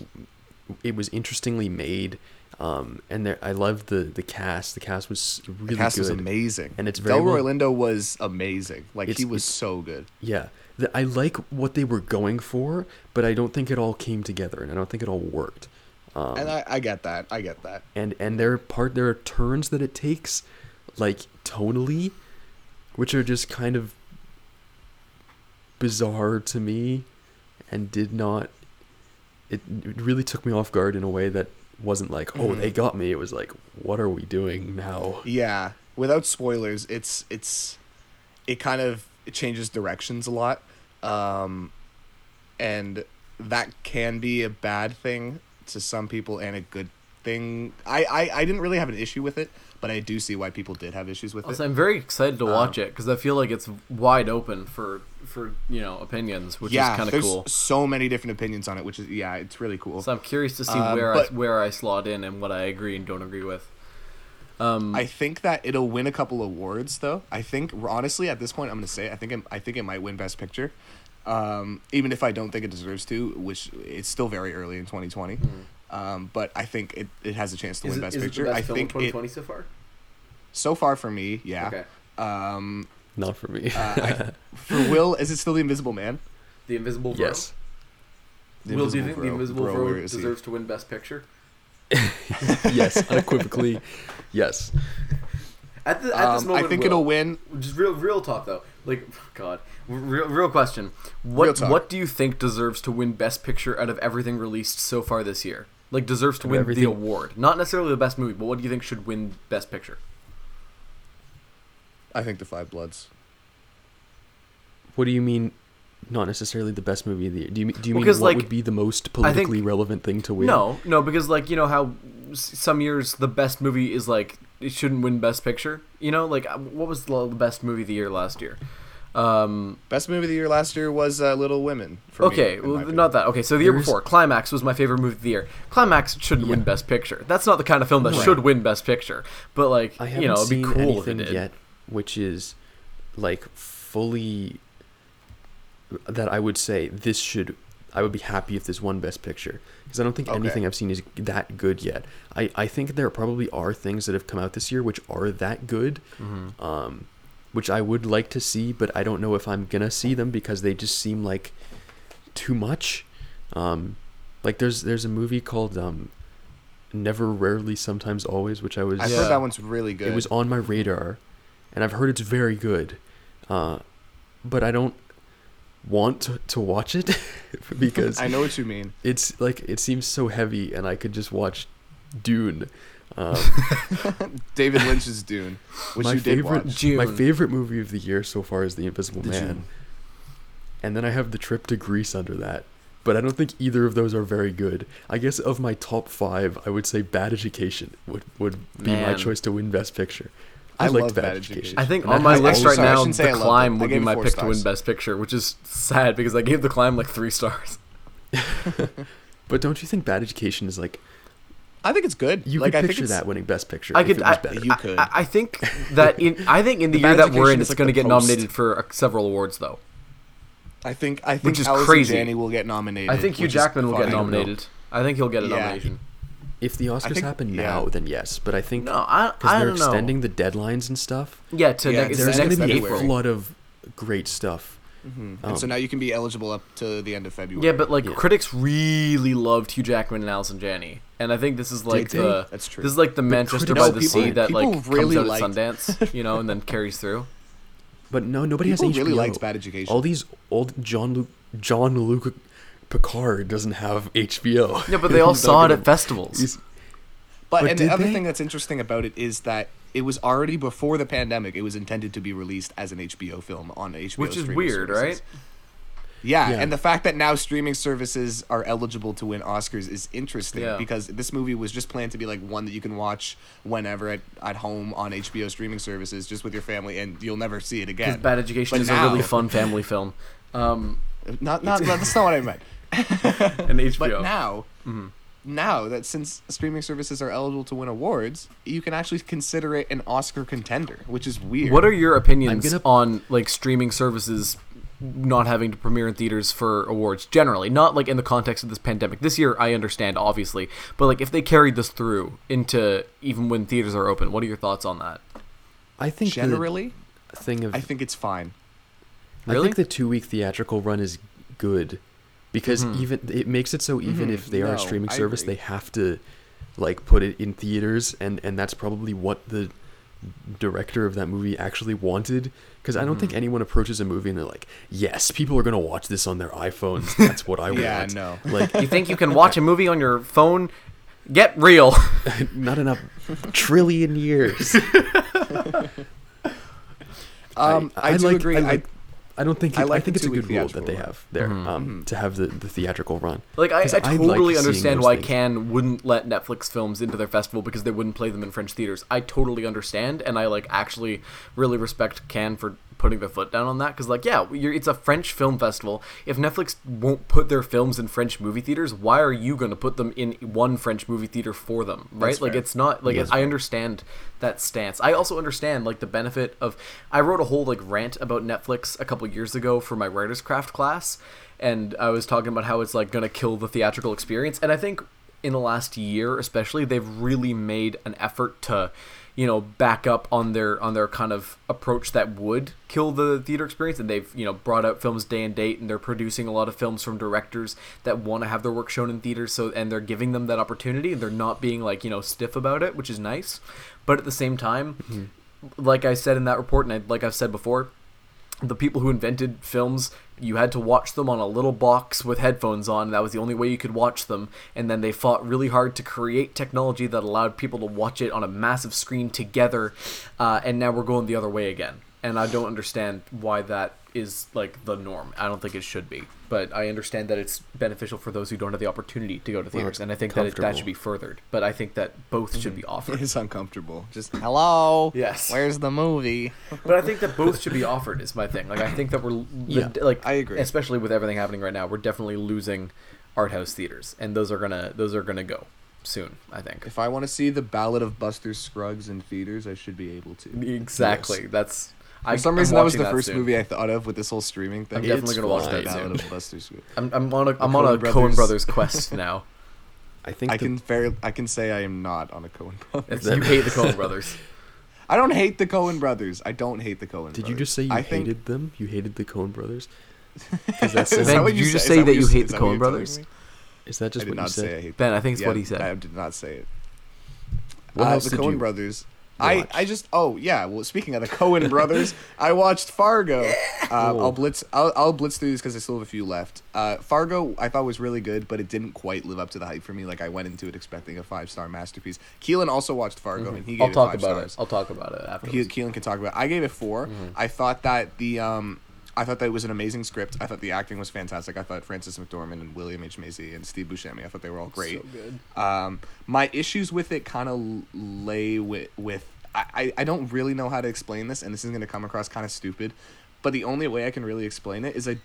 Speaker 4: it was interestingly made. Um, and there, I loved the the cast. The cast was really
Speaker 1: the cast
Speaker 4: good.
Speaker 1: was amazing,
Speaker 4: and it's very
Speaker 1: Delroy
Speaker 4: well-
Speaker 1: Lindo was amazing. Like he
Speaker 4: It's-
Speaker 1: was
Speaker 4: it's-
Speaker 1: so good.
Speaker 4: Yeah, the, I like what they were going for, but I don't think it all came together, and I don't think it all worked. Um,
Speaker 1: and I, I get that. I get that.
Speaker 4: and and there are part there are turns that it takes like tonally which are just kind of bizarre to me and did not it, it really took me off guard in a way that wasn't like oh
Speaker 3: Mm-hmm.
Speaker 4: they got me it was like what are we doing now
Speaker 1: Yeah. Without spoilers, it's it's it kind of it changes directions a lot. Um and that can be a bad thing to some people and a good thing. I I, I didn't really have an issue with it, but I do see why people did have issues with
Speaker 3: Also,
Speaker 1: it.
Speaker 3: I'm very excited to watch it because I feel like it's wide open for for you know opinions, which
Speaker 1: yeah,
Speaker 3: is kind of
Speaker 1: there's
Speaker 3: cool.
Speaker 1: so many different opinions on it, which is yeah, it's really cool.
Speaker 3: So I'm curious to see
Speaker 1: Um,
Speaker 3: where
Speaker 1: but-
Speaker 3: I where I slot in and what I agree and don't agree with.
Speaker 1: I think that it'll win a couple awards though. I think honestly at this point I'm gonna say it, I think it, I think it might win Best Picture, um, even if I don't think it deserves to, which it's still very early in 2020.
Speaker 3: Hmm.
Speaker 1: Um, but I think it, it has a chance to win Best Picture. I think it,
Speaker 3: so far?
Speaker 1: so far for me, yeah.
Speaker 3: Okay.
Speaker 1: Um,
Speaker 4: not for
Speaker 3: [laughs]
Speaker 4: me
Speaker 1: uh, I, for Will, is it still the Invisible Man?
Speaker 3: The Invisible Bro.
Speaker 4: yes
Speaker 1: The
Speaker 3: Will, do you think the
Speaker 1: Bro-
Speaker 3: Invisible
Speaker 1: Bro,
Speaker 3: Bro,
Speaker 1: where is he?
Speaker 3: deserves to win Best Picture?
Speaker 4: yes
Speaker 3: [laughs]
Speaker 4: unequivocally yes
Speaker 3: At, the, at this
Speaker 1: Um, I
Speaker 3: moment,
Speaker 1: think
Speaker 3: Will,
Speaker 1: it'll win.
Speaker 3: Just real, real talk though. Like, [laughs] God, real, real question. What,
Speaker 1: Real talk.
Speaker 3: what do you think deserves to win Best Picture out of everything released so far this year? Like, deserves to
Speaker 4: Out of
Speaker 3: win
Speaker 4: everything-
Speaker 3: the award, not necessarily the best movie, but what do you think should win Best Picture?
Speaker 1: I think the Five Bloods.
Speaker 4: What do you mean? Not necessarily the best movie of the year. Do you do you
Speaker 3: Well,
Speaker 4: mean
Speaker 3: 'cause,
Speaker 4: what
Speaker 3: like,
Speaker 4: would be the most
Speaker 3: think-
Speaker 4: politically relevant thing to win?
Speaker 3: No, no, because like you know how s- some years the best movie is like it shouldn't win best picture. You know, like uh, what was the the best movie of the year last year? Um,
Speaker 1: Best movie of the year last year was uh, Little Women. For
Speaker 3: okay,
Speaker 1: me, in
Speaker 3: well,
Speaker 1: my
Speaker 3: not
Speaker 1: opinion.
Speaker 3: that. Okay, so the year
Speaker 4: There's-
Speaker 3: before, Climax was my favorite movie of the year. Climax shouldn't win best picture. That's not the kind of film that
Speaker 4: Right.
Speaker 3: should win best picture. But like
Speaker 4: I haven't
Speaker 3: you know, it'd be
Speaker 4: seen
Speaker 3: cool if it
Speaker 4: anything
Speaker 3: did.
Speaker 4: yet, which is like fully that I would say this should. I would be happy if this won Best Picture because I don't think
Speaker 1: Okay.
Speaker 4: anything I've seen is that good yet. I, I think there probably are things that have come out this year which are that good,
Speaker 3: Mm-hmm.
Speaker 4: um, which I would like to see, but I don't know if I'm gonna see them because they just seem like too much. Um, like there's there's a movie called um, Never, Rarely, Sometimes, Always, which I was
Speaker 1: I've
Speaker 3: Yeah.
Speaker 1: heard that one's really good.
Speaker 4: it was on my radar, and I've heard it's very good, uh, but I don't want to, to watch it [laughs]
Speaker 1: [laughs]
Speaker 4: because
Speaker 1: I know what you mean.
Speaker 4: it's like it seems so heavy, and I could just watch Dune. Um,
Speaker 1: David Lynch's Dune, which
Speaker 4: my
Speaker 1: you did
Speaker 4: favorite,
Speaker 1: watch.
Speaker 3: Dune.
Speaker 4: my favorite movie of the year so far is The Invisible
Speaker 1: The
Speaker 4: Man,
Speaker 1: Dune.
Speaker 4: and then I have The Trip to Greece under that. But I don't think either of those are very good. I guess of my top five, I would say Bad Education would, would be my
Speaker 3: Man.
Speaker 4: choice to win Best Picture. I,
Speaker 1: I
Speaker 4: liked
Speaker 1: love
Speaker 4: Bad,
Speaker 1: Bad
Speaker 4: Education.
Speaker 1: Education.
Speaker 3: I think
Speaker 4: And
Speaker 3: on
Speaker 4: that
Speaker 3: my
Speaker 4: has
Speaker 3: list
Speaker 4: also-
Speaker 3: right
Speaker 1: sorry, I
Speaker 3: now,
Speaker 1: shouldn't say I
Speaker 3: the
Speaker 1: loved it.
Speaker 3: climb
Speaker 1: I
Speaker 3: would be
Speaker 1: gave it
Speaker 3: my
Speaker 1: four
Speaker 3: pick to
Speaker 1: stars.
Speaker 3: win best picture, which is sad because I gave the climb like three stars.
Speaker 4: But don't you think Bad Education is like
Speaker 1: I think it's good.
Speaker 4: you
Speaker 1: like
Speaker 4: could
Speaker 1: I think
Speaker 4: picture
Speaker 1: it's-
Speaker 4: that winning Best Picture?
Speaker 3: I
Speaker 4: if
Speaker 3: could.
Speaker 4: it was
Speaker 3: I,
Speaker 4: better.
Speaker 1: You
Speaker 3: I-
Speaker 1: could.
Speaker 3: I, I think that in. I think in the,
Speaker 1: The
Speaker 3: year
Speaker 1: Bad
Speaker 3: that we're
Speaker 1: Education is
Speaker 3: in, it's
Speaker 1: like
Speaker 3: going to
Speaker 1: the
Speaker 3: get
Speaker 1: post.
Speaker 3: nominated for uh, several awards, though.
Speaker 1: I think I
Speaker 3: Which
Speaker 1: think
Speaker 3: is
Speaker 1: Alice
Speaker 3: crazy.
Speaker 1: and Janney will get nominated.
Speaker 3: I think Hugh
Speaker 1: which is
Speaker 3: Jackman will get
Speaker 1: fine.
Speaker 4: I don't know.
Speaker 3: nominated. I think he'll get a
Speaker 1: Yeah.
Speaker 3: nomination.
Speaker 4: if the Oscars
Speaker 1: think-
Speaker 4: happen
Speaker 1: yeah.
Speaker 4: now, then yes. But I think
Speaker 2: No, I,
Speaker 4: because
Speaker 2: I
Speaker 4: they're
Speaker 2: don't know.
Speaker 4: extending the deadlines and stuff,
Speaker 2: Yeah, to
Speaker 1: Yeah,
Speaker 2: next,
Speaker 1: it's
Speaker 4: there's going
Speaker 2: next Mm-hmm.
Speaker 4: to be
Speaker 2: April.
Speaker 4: a flood of great stuff.
Speaker 1: Mhm.
Speaker 4: Um,
Speaker 1: and so now you can be eligible up to the end of February.
Speaker 3: Oh. Yeah, but like
Speaker 4: Yeah.
Speaker 3: critics really loved Hugh Jackman and Allison Janney, and I think this is like
Speaker 1: they?
Speaker 3: the
Speaker 1: That's true.
Speaker 3: this is like the Manchester
Speaker 4: critics-
Speaker 3: by
Speaker 4: No,
Speaker 3: the
Speaker 4: people-
Speaker 3: Sea that like
Speaker 1: people really
Speaker 3: comes out
Speaker 1: liked-
Speaker 3: at Sundance, you know, and then carries through.
Speaker 4: But no, nobody
Speaker 1: people
Speaker 4: has HBO.
Speaker 1: really liked Bad Education.
Speaker 4: All these old John Luke, John Luke Picard doesn't have HBO.
Speaker 3: [laughs]
Speaker 2: Yeah,
Speaker 4: [laughs]
Speaker 2: but they all
Speaker 4: He's not
Speaker 2: saw it
Speaker 4: gonna-
Speaker 2: at festivals.
Speaker 4: he's-
Speaker 1: But,
Speaker 4: But
Speaker 1: and the
Speaker 4: did
Speaker 1: other
Speaker 4: they?
Speaker 1: thing that's interesting about it is that it was already before the pandemic. It was intended to be released as an HBO film on HBO,
Speaker 3: Which is
Speaker 1: streaming
Speaker 3: weird,
Speaker 1: services.
Speaker 3: right?
Speaker 1: Yeah,
Speaker 4: Yeah.
Speaker 1: and the fact that now streaming services are eligible to win Oscars is interesting
Speaker 3: Yeah.
Speaker 1: because this movie was just planned to be like one that you can watch whenever at, at home on HBO streaming services, just with your family, and you'll never see it
Speaker 3: Because
Speaker 1: again.
Speaker 3: Bad Education
Speaker 1: But
Speaker 3: is
Speaker 1: now-
Speaker 3: a really fun family film. [laughs] Um,
Speaker 1: Uh, Not, not that's not what I meant.
Speaker 3: and HBO.
Speaker 1: But now, now that since streaming services are eligible to win awards, you can actually consider it an Oscar contender, which is weird.
Speaker 3: What are your opinions
Speaker 4: gonna-
Speaker 3: on like streaming services not having to premiere in theaters for awards generally? Not like in the context of this pandemic. This year, I understand obviously, but like if they carried this through into even when theaters are open, what are your thoughts on that?
Speaker 4: I think generally
Speaker 1: generally?
Speaker 4: the thing of
Speaker 1: I think it's fine.
Speaker 4: I
Speaker 3: Really?
Speaker 4: think the two week theatrical run is good because even it makes it so even if they are
Speaker 1: Mm-hmm. No,
Speaker 4: a streaming
Speaker 1: I
Speaker 4: service,
Speaker 1: agree.
Speaker 4: they have to like put it in theaters and and that's probably what the director of that movie actually wanted because I don't
Speaker 1: Mm-hmm.
Speaker 4: think anyone approaches a movie and they're like, "Yes, people are going to watch this on
Speaker 1: [laughs]
Speaker 4: their iPhones. That's what I
Speaker 1: Yeah,
Speaker 4: want."
Speaker 1: no. [laughs]
Speaker 4: Like [laughs]
Speaker 3: You think you can watch a movie on your phone? Get real. [laughs]
Speaker 4: not enough trillion years.
Speaker 1: [laughs] Um, I, do
Speaker 4: like,
Speaker 1: agree.
Speaker 4: I,
Speaker 1: I,
Speaker 4: like, I don't think it,
Speaker 1: I
Speaker 4: I,
Speaker 1: like
Speaker 4: think
Speaker 1: the
Speaker 4: it's a
Speaker 1: two-week
Speaker 4: good rule that they
Speaker 1: theatrical Mm-hmm.
Speaker 4: have there um, to have the, the theatrical run.
Speaker 3: Like I, I
Speaker 4: 'Cause like
Speaker 3: totally
Speaker 4: seeing
Speaker 3: understand
Speaker 4: those
Speaker 3: why
Speaker 4: things.
Speaker 3: Cannes wouldn't let Netflix films into their festival because they wouldn't play them in French theaters. I totally understand, and I like actually really respect Cannes for putting their foot down on that because like yeah, you're, it's a French film festival. If Netflix won't put their films in French movie theaters, why are you going to put them in one French movie theater for them? Right? like
Speaker 1: fair.
Speaker 3: it's not like I understand that stance. I also understand like the benefit of. I wrote a whole like rant about Netflix a couple years ago for my writers craft class, and I was talking about how it's like gonna kill the theatrical experience. And I think in the last year, especially, they've really made an effort to, you know, back up on their on their kind of approach that would kill the theater experience. And they've you know brought out films day and date, and they're producing a lot of films from directors that want to have their work shown in theaters. So and they're giving them that opportunity, and they're not being like you know stiff about it, which is nice. But at the same time, like I said in that report, and I, like I've said before, the people who invented films you had to watch them on a little box with headphones on that was the only way you could watch them and then they fought really hard to create technology that allowed people to watch it on a massive screen together uh, and now we're going the other way again and i don't understand why that is like the norm. I don't think it should be, but I understand that it's beneficial for those who don't have the opportunity to go to theaters, and I think that it, that
Speaker 4: comfortable.
Speaker 3: should be furthered. But I think that both should be
Speaker 1: [laughs]
Speaker 3: offered.
Speaker 1: It's uncomfortable. Just hello.
Speaker 3: Yes.
Speaker 1: Where's the movie?
Speaker 3: but I think that both should be offered is my thing. Like I think that we're
Speaker 4: Yeah,
Speaker 3: like
Speaker 1: I agree.
Speaker 3: especially with everything happening right now. We're definitely losing art house theaters, and those are gonna those are gonna go soon. I think
Speaker 1: If I want to see the Ballad of Buster Scruggs in theaters, I should be able to.
Speaker 3: exactly. That's I,
Speaker 1: For some
Speaker 3: I'm
Speaker 1: reason, that was
Speaker 3: watching
Speaker 1: the first
Speaker 3: soon.
Speaker 1: movie I thought of with this whole streaming thing.
Speaker 3: I'm definitely
Speaker 4: It's
Speaker 3: gonna watch
Speaker 4: fine.
Speaker 3: that soon.
Speaker 1: Ballad of Buster Scruggs.
Speaker 3: I'm, I'm on a I'm on
Speaker 1: Coen
Speaker 3: a Coen
Speaker 1: Brothers.
Speaker 2: [laughs]
Speaker 3: Brothers quest now.
Speaker 4: I think
Speaker 1: I
Speaker 4: the-
Speaker 1: can fair. I can say I am not on a Cohen brother.
Speaker 3: It's- you hate the Coen Brothers.
Speaker 1: I don't hate the Cohen brothers. I don't hate the Cohen.
Speaker 4: Did you just say you
Speaker 1: I think-
Speaker 4: hated them? You hated the Coen Brothers? Is that,
Speaker 1: [laughs] Is
Speaker 2: Ben,
Speaker 1: that what
Speaker 2: did
Speaker 1: you
Speaker 2: you just
Speaker 1: said? Is
Speaker 2: say
Speaker 1: that what
Speaker 2: that
Speaker 1: you
Speaker 2: you
Speaker 1: s-
Speaker 2: hate
Speaker 1: is
Speaker 2: the
Speaker 1: that what
Speaker 2: Coen
Speaker 1: you're
Speaker 2: Brothers?
Speaker 1: telling me?
Speaker 4: is that
Speaker 1: I
Speaker 4: just
Speaker 1: did
Speaker 4: what you
Speaker 1: not say I
Speaker 4: said?
Speaker 2: [laughs]
Speaker 1: hate.
Speaker 2: Ben, I think it's what he said.
Speaker 1: I did not say it.
Speaker 4: What
Speaker 1: uh,
Speaker 4: else
Speaker 1: the
Speaker 4: did
Speaker 1: Cohen
Speaker 4: you
Speaker 1: brothers. I,
Speaker 4: watch?
Speaker 1: I just oh yeah well speaking of the Cohen
Speaker 3: [laughs]
Speaker 1: brothers I watched Fargo uh,
Speaker 4: Cool.
Speaker 1: I'll blitz I'll, I'll blitz through these because I still have a few left uh, Fargo I thought was really good but it didn't quite live up to the hype for me like I went into it expecting a five star masterpiece Keelan also watched Fargo and he gave
Speaker 3: Mm-hmm. I'll
Speaker 1: it
Speaker 3: talk
Speaker 1: five
Speaker 3: about
Speaker 1: stars
Speaker 3: it. I'll talk about it Mm-hmm. after.
Speaker 1: he, Keelan can talk about. it. I gave it 4 I thought that the um, I thought that it was an amazing script. I thought the acting was fantastic. I thought Francis McDormand and William H Macy and Steve Buscemi. I thought they were all great. Um, my issues with it kind of lay with with I, I I don't really know how to explain this, and this is gonna come across kind of stupid, but the only way I can really explain it is I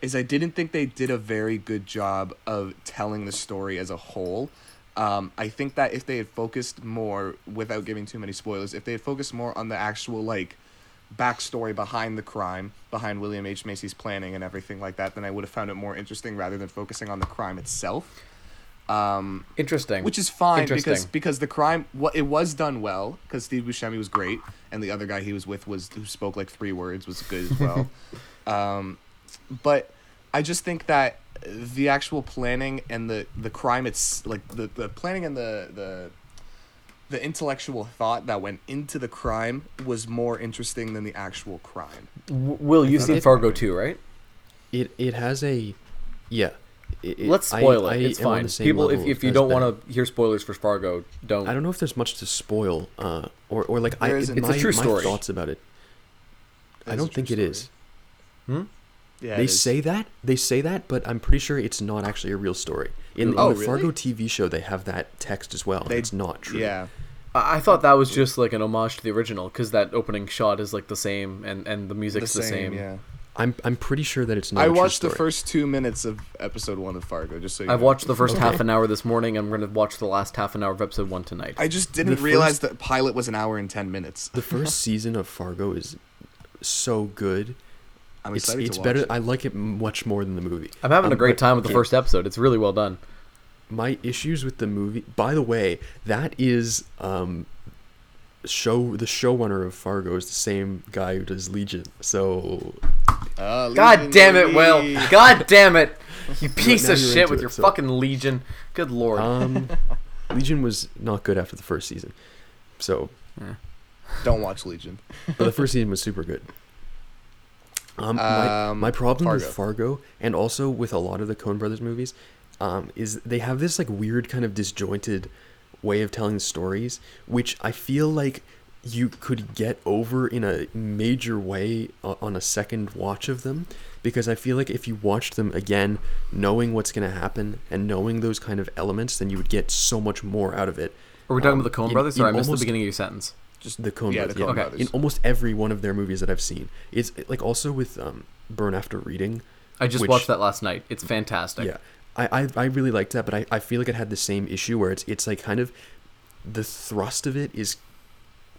Speaker 1: is I didn't think they did a very good job of telling the story as a whole. Um, I think that if they had focused more, without giving too many spoilers, if they had focused more on the actual like backstory behind the crime, behind William H Macy's planning and everything like that, then I would have found it more interesting rather than focusing on the crime itself. Um,
Speaker 3: Interesting.
Speaker 1: Which is fine because
Speaker 3: Interesting.
Speaker 1: because the crime what it was done well because Steve Buscemi was great and the other guy he was with was who spoke like three words was good as
Speaker 4: [laughs]
Speaker 1: well, um, but I just think that the actual planning and the the crime it's like the the planning and the the the intellectual thought that went into the crime was more interesting than the actual crime.
Speaker 3: W- Will you've seen
Speaker 4: it-
Speaker 3: Fargo too, right?
Speaker 4: It it has a yeah. It, it-
Speaker 3: Let's
Speaker 4: I-
Speaker 3: spoil
Speaker 4: I
Speaker 3: it. It's
Speaker 4: am on
Speaker 3: fine.
Speaker 4: the same
Speaker 3: People, if,
Speaker 4: level
Speaker 3: if you
Speaker 4: as
Speaker 3: don't
Speaker 4: Ben.
Speaker 3: want to hear spoilers for Fargo, don't.
Speaker 4: I don't know if there's much to spoil, uh, or or like I
Speaker 1: There isn't.
Speaker 4: my,
Speaker 1: It's
Speaker 3: a true
Speaker 4: my
Speaker 3: story.
Speaker 4: thoughts about it. I
Speaker 1: That's
Speaker 4: don't
Speaker 1: a
Speaker 4: think
Speaker 1: true
Speaker 4: it is.
Speaker 1: Yeah,
Speaker 4: they
Speaker 1: it is.
Speaker 4: say that they say that, but I'm pretty sure it's not actually a real story. In, in
Speaker 1: Oh,
Speaker 4: the
Speaker 1: really?
Speaker 4: Fargo TV show, they have that text as well. and
Speaker 1: They-
Speaker 4: it's not true.
Speaker 1: yeah.
Speaker 3: I I thought that was just like an homage to the original because that opening shot is like the same and and the music's the same.
Speaker 1: yeah.
Speaker 4: I'm I'm pretty sure that it's not.
Speaker 1: I
Speaker 4: a true
Speaker 1: watched the
Speaker 4: story.
Speaker 1: first two minutes of episode one of Fargo. Just so you
Speaker 3: I've
Speaker 1: know.
Speaker 3: watched the first half an hour this morning. I'm going to watch the last half an hour of episode one tonight.
Speaker 1: I just didn't
Speaker 4: The
Speaker 1: realize that pilot was an hour and ten minutes.
Speaker 4: The first season of Fargo is so good.
Speaker 1: I'm
Speaker 4: It's
Speaker 1: excited
Speaker 4: it's
Speaker 1: to watch
Speaker 4: better.
Speaker 1: it.
Speaker 4: I like it much more than the movie.
Speaker 3: I'm having a
Speaker 4: Um,
Speaker 3: great
Speaker 4: but
Speaker 3: time with the
Speaker 4: it-
Speaker 3: first episode. It's really well done.
Speaker 4: my issues with the movie by the way that is um show the showrunner of fargo is the same guy who does legion
Speaker 3: [laughs]
Speaker 4: so
Speaker 1: Uh, Legion,
Speaker 3: God damn it,
Speaker 1: baby.
Speaker 3: Will! God damn it! You piece
Speaker 4: now
Speaker 3: of
Speaker 4: you're
Speaker 3: shit
Speaker 4: into
Speaker 3: with
Speaker 4: it,
Speaker 3: your
Speaker 4: so-
Speaker 3: fucking legion. Good lord.
Speaker 4: um legion was not good after the first season so
Speaker 1: Don't watch Legion.
Speaker 4: but the first season was super good um, my,
Speaker 1: Um,
Speaker 4: my problem with
Speaker 1: Fargo.
Speaker 4: fargo and also with a lot of the coen brothers movies um, is they have this like weird kind of disjointed way of telling stories which i feel like you could get over in a major way o- on a second watch of them because i feel like if you watched them again knowing what's going to happen and knowing those kind of elements then you would get so much more out of it
Speaker 3: Are we talking
Speaker 4: um,
Speaker 3: about the Coen
Speaker 4: in-
Speaker 3: Brothers? Sorry, I
Speaker 4: in
Speaker 3: missed the
Speaker 4: almost-
Speaker 3: beginning of your sentence.
Speaker 4: just the Coen
Speaker 1: Yeah, the
Speaker 4: brothers,
Speaker 1: Coen
Speaker 4: yeah.
Speaker 1: brothers.
Speaker 4: in almost every one of their movies that I've seen. It's like also with um, Burn After Reading.
Speaker 3: I just
Speaker 4: which-
Speaker 3: watched that last night. It's fantastic.
Speaker 4: Yeah, I, I I really liked that, but I, I feel like it had the same issue where it's it's like kind of the thrust of it is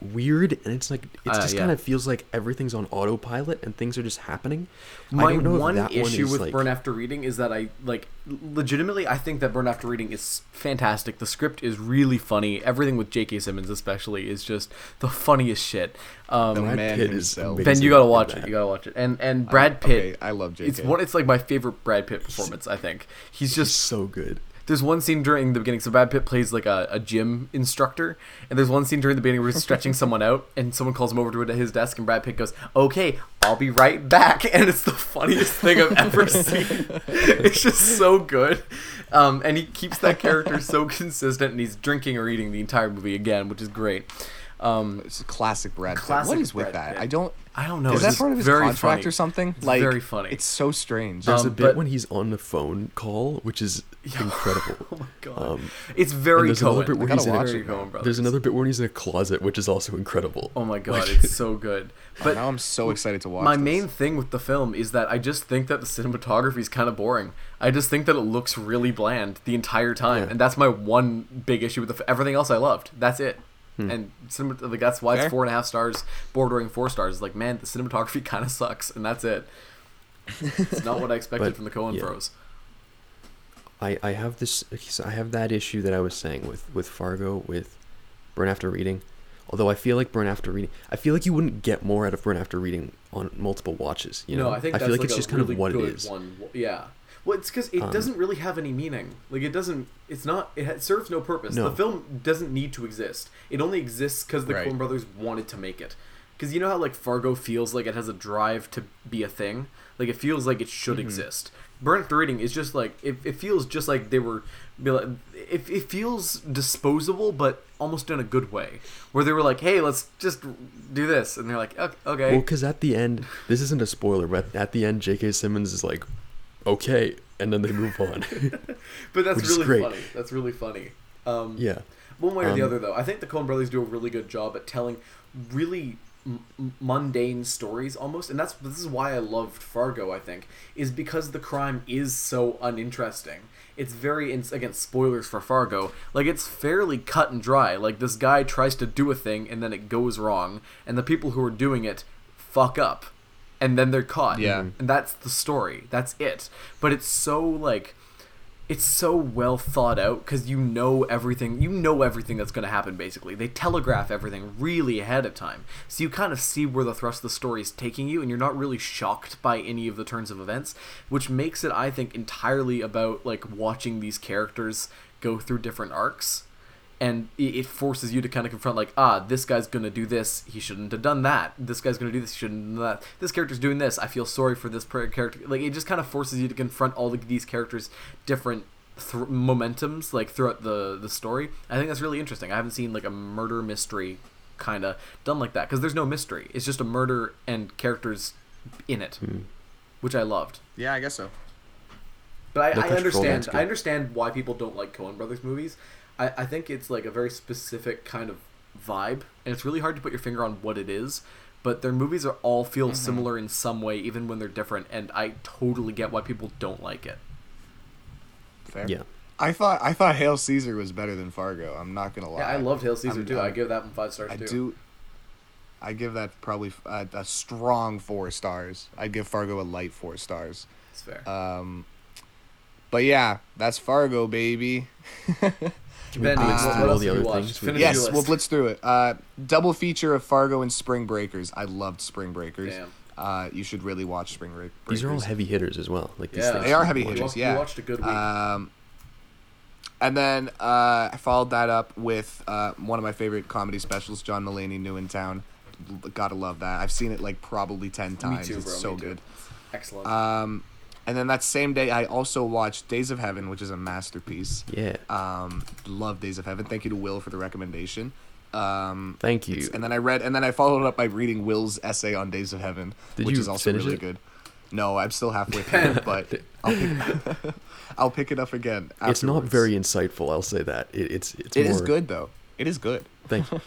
Speaker 4: weird and it's like it
Speaker 3: Uh,
Speaker 4: just
Speaker 3: yeah.
Speaker 4: kind of feels like everything's on autopilot and things are just happening.
Speaker 3: My
Speaker 4: I don't know
Speaker 3: one
Speaker 4: if that
Speaker 3: issue
Speaker 4: one is
Speaker 3: with
Speaker 4: like,
Speaker 3: Burn After Reading is that I like legitimately I think that Burn After Reading is fantastic. The script is really funny. Everything with J.K. Simmons especially is just the funniest shit. Um,
Speaker 1: Brad
Speaker 4: Pitt
Speaker 1: Man
Speaker 4: is
Speaker 1: himself.
Speaker 4: amazing
Speaker 3: ben, you gotta
Speaker 4: in
Speaker 3: watch
Speaker 4: that.
Speaker 3: it. You gotta watch it. And and Brad
Speaker 1: okay,
Speaker 3: Pitt.
Speaker 1: I love
Speaker 3: It's
Speaker 1: JK.
Speaker 3: one. It's like my favorite Brad Pitt performance. I think he's just
Speaker 4: so good.
Speaker 3: There's one scene during the beginning. So Brad Pitt plays like a, a gym instructor, and there's one scene during the beginning where
Speaker 1: [laughs]
Speaker 3: he's stretching someone out, and someone calls him over to his desk, and Brad Pitt goes, "Okay, I'll be right back," [laughs] and it's the funniest thing
Speaker 1: [laughs]
Speaker 3: I've ever seen. it's just so good, um, and he keeps that character so consistent, and he's drinking or eating the entire movie again, which is great. Um,
Speaker 1: It's a classic Brad. Pitt.
Speaker 2: Classic
Speaker 1: what is with
Speaker 2: Brad
Speaker 1: that?
Speaker 2: Pitt.
Speaker 1: I don't.
Speaker 2: I don't know.
Speaker 1: Is
Speaker 2: It's
Speaker 1: that
Speaker 2: just
Speaker 1: part of his
Speaker 3: very
Speaker 1: contract
Speaker 3: funny.
Speaker 1: or something?
Speaker 3: It's
Speaker 1: Like,
Speaker 3: very funny.
Speaker 1: It's so strange.
Speaker 4: There's a
Speaker 3: Um,
Speaker 4: bit
Speaker 3: but-
Speaker 4: when he's on the phone call,
Speaker 3: [laughs]
Speaker 4: which is incredible.
Speaker 3: oh my god,
Speaker 4: Um,
Speaker 3: it's very
Speaker 4: there's another
Speaker 3: Cohen.
Speaker 4: bit where
Speaker 1: I gotta
Speaker 4: he's in
Speaker 1: watch
Speaker 4: a,
Speaker 1: it,
Speaker 3: Coen
Speaker 1: man.
Speaker 3: Brothers.
Speaker 4: there's another bit where he's in a closet, which is also incredible.
Speaker 3: Oh my god,
Speaker 4: [laughs] Like,
Speaker 3: it's so good. But
Speaker 1: now I'm so excited to watch.
Speaker 3: my
Speaker 1: this.
Speaker 3: main thing with the film is that I just think that the cinematography is kind of boring. I just think that it looks really bland the entire time, and that's my one big issue with the f- everything else. I loved. That's it. And cinema, like that's why
Speaker 1: Hmm. Fair.
Speaker 3: it's four and a half stars, bordering four stars. It's like, man, the cinematography [laughs] kind of sucks, and that's it. It's
Speaker 1: [laughs]
Speaker 3: not what I expected
Speaker 4: But,
Speaker 3: from the Cohen
Speaker 4: yeah.
Speaker 3: Bros.
Speaker 4: I, I have this so I have that issue that I was saying with with Fargo with Burn After Reading. Although I feel like Burn After Reading, I feel like you wouldn't get more out of Burn After Reading on multiple watches. You know,
Speaker 3: no, I think
Speaker 4: feel
Speaker 3: that's
Speaker 4: like, it's
Speaker 3: a
Speaker 4: just kind
Speaker 3: really
Speaker 4: of what it
Speaker 3: good
Speaker 4: is.
Speaker 3: One. Yeah. Well, it's because it
Speaker 4: Um,
Speaker 3: doesn't really have any meaning. Like it doesn't. It's not. It ha- serves no purpose.
Speaker 4: No.
Speaker 3: The film doesn't need to exist. It only exists because the
Speaker 1: Right.
Speaker 3: Coen Brothers wanted to make it. Because you know how like Fargo feels like it has a drive to be a thing. Like it feels like it
Speaker 4: Mm-hmm.
Speaker 3: should exist. Burn After Reading is just like it, it feels just like they were. be like- It, it feels disposable, but almost in a good way. Where they were like, "Hey, let's just do this," and they're like, "Okay." okay.
Speaker 4: Well, because at the end, this isn't a spoiler, but at the end, J.K. Simmons is like, "Okay," and then they move on. [laughs]
Speaker 3: But that's
Speaker 4: which is
Speaker 3: really
Speaker 4: great.
Speaker 3: funny. That's really funny. Um,
Speaker 4: yeah,
Speaker 3: One way or the
Speaker 4: Um,
Speaker 3: other, though, I think the Coen Brothers do a really good job at telling really m- m- mundane stories almost, and that's this is why I loved Fargo. I think is because the crime is so uninteresting. It's very it's, again spoilers for Fargo. Like it's fairly cut and dry. Like this guy tries to do a thing and then it goes wrong, and the people who are doing it fuck up, and then they're caught.
Speaker 1: Yeah.
Speaker 3: and that's the story. That's it. But it's so like it's so well thought out because you know everything you know everything that's going to happen basically they telegraph everything really ahead of time so you kind of see where the thrust of the story is taking you and you're not really shocked by any of the turns of events which makes it i think entirely about like watching these characters go through different arcs and i- it forces you to kind of confront like ah this guy's gonna do this he shouldn't have done that this guy's gonna do this he shouldn't have done that this character's doing this i feel sorry for this per- character like it just kind of forces you to confront all of these characters different thr momentums like throughout the the story i think that's really interesting i haven't seen like a murder mystery kind of done like that because there's no mystery it's just a murder and characters in it which i loved
Speaker 1: Yeah, I guess so.
Speaker 3: but
Speaker 4: No
Speaker 3: I, I
Speaker 4: Country for Old Men's
Speaker 3: understand.
Speaker 4: good.
Speaker 3: I understand why people don't like Coen Brothers movies. I, I think it's like a very specific kind of vibe, and it's really hard to put your finger on what it is. But their movies are all feel
Speaker 1: Mm-hmm.
Speaker 3: similar in some way, even when they're different. And I totally get why people don't like it.
Speaker 1: Fair.
Speaker 4: yeah.
Speaker 1: I thought I thought Hail Caesar was better than Fargo. I'm not gonna lie.
Speaker 3: Yeah, I loved Hail Caesar
Speaker 1: I'm-
Speaker 3: too. i
Speaker 1: I'm-
Speaker 3: give that one five stars
Speaker 1: I
Speaker 3: too.
Speaker 1: do. I give that probably f- a, a strong four stars. I'd give Fargo a light four stars.
Speaker 3: It's fair.
Speaker 1: Um, but yeah, that's Fargo, baby. uh,
Speaker 3: ben, what,
Speaker 4: blitz through
Speaker 3: what
Speaker 4: all
Speaker 3: else
Speaker 4: the
Speaker 3: have you
Speaker 4: other
Speaker 3: watched?
Speaker 4: things we-
Speaker 3: Finish your
Speaker 1: yes,
Speaker 3: list.
Speaker 1: we'll blitz through it. Uh, double feature of Fargo and Spring Breakers. I loved Spring Breakers.
Speaker 3: Damn.
Speaker 1: Uh, you should really watch Spring Break- Breakers.
Speaker 4: These are all heavy hitters as well. Like these
Speaker 3: Yeah.
Speaker 4: things
Speaker 1: They are
Speaker 4: you
Speaker 1: heavy
Speaker 4: watch.
Speaker 3: You
Speaker 1: hitters.
Speaker 3: watched- you
Speaker 1: yeah.
Speaker 3: watched a good week.
Speaker 1: Um, and then uh, I followed that up with uh, one of my favorite comedy specials, John Mulaney, New in Town. L- gotta love that. I've seen it like probably ten
Speaker 3: me
Speaker 1: times.
Speaker 3: too, bro.
Speaker 1: it's
Speaker 3: me
Speaker 1: so
Speaker 3: too.
Speaker 1: good.
Speaker 3: Excellent.
Speaker 1: Um, and then that same day, I also watched Days of Heaven, which is a masterpiece.
Speaker 4: Yeah.
Speaker 1: Um, love Days of Heaven. Thank you to Will for the recommendation. Um,
Speaker 4: Thank you.
Speaker 1: and then I read, and then I followed it up by reading Will's essay on Days of Heaven,
Speaker 4: Did
Speaker 1: which
Speaker 4: you
Speaker 1: is also
Speaker 4: finish
Speaker 1: really
Speaker 4: it?
Speaker 1: good. No, I'm still
Speaker 4: [laughs]
Speaker 1: halfway through, but I'll pick, [laughs] I'll pick it up again.
Speaker 4: It's not
Speaker 1: afterwards.
Speaker 4: very insightful. I'll say that. It, it's it's
Speaker 1: It
Speaker 4: more,
Speaker 1: is good though. It is good.
Speaker 3: [laughs]
Speaker 4: Thank you.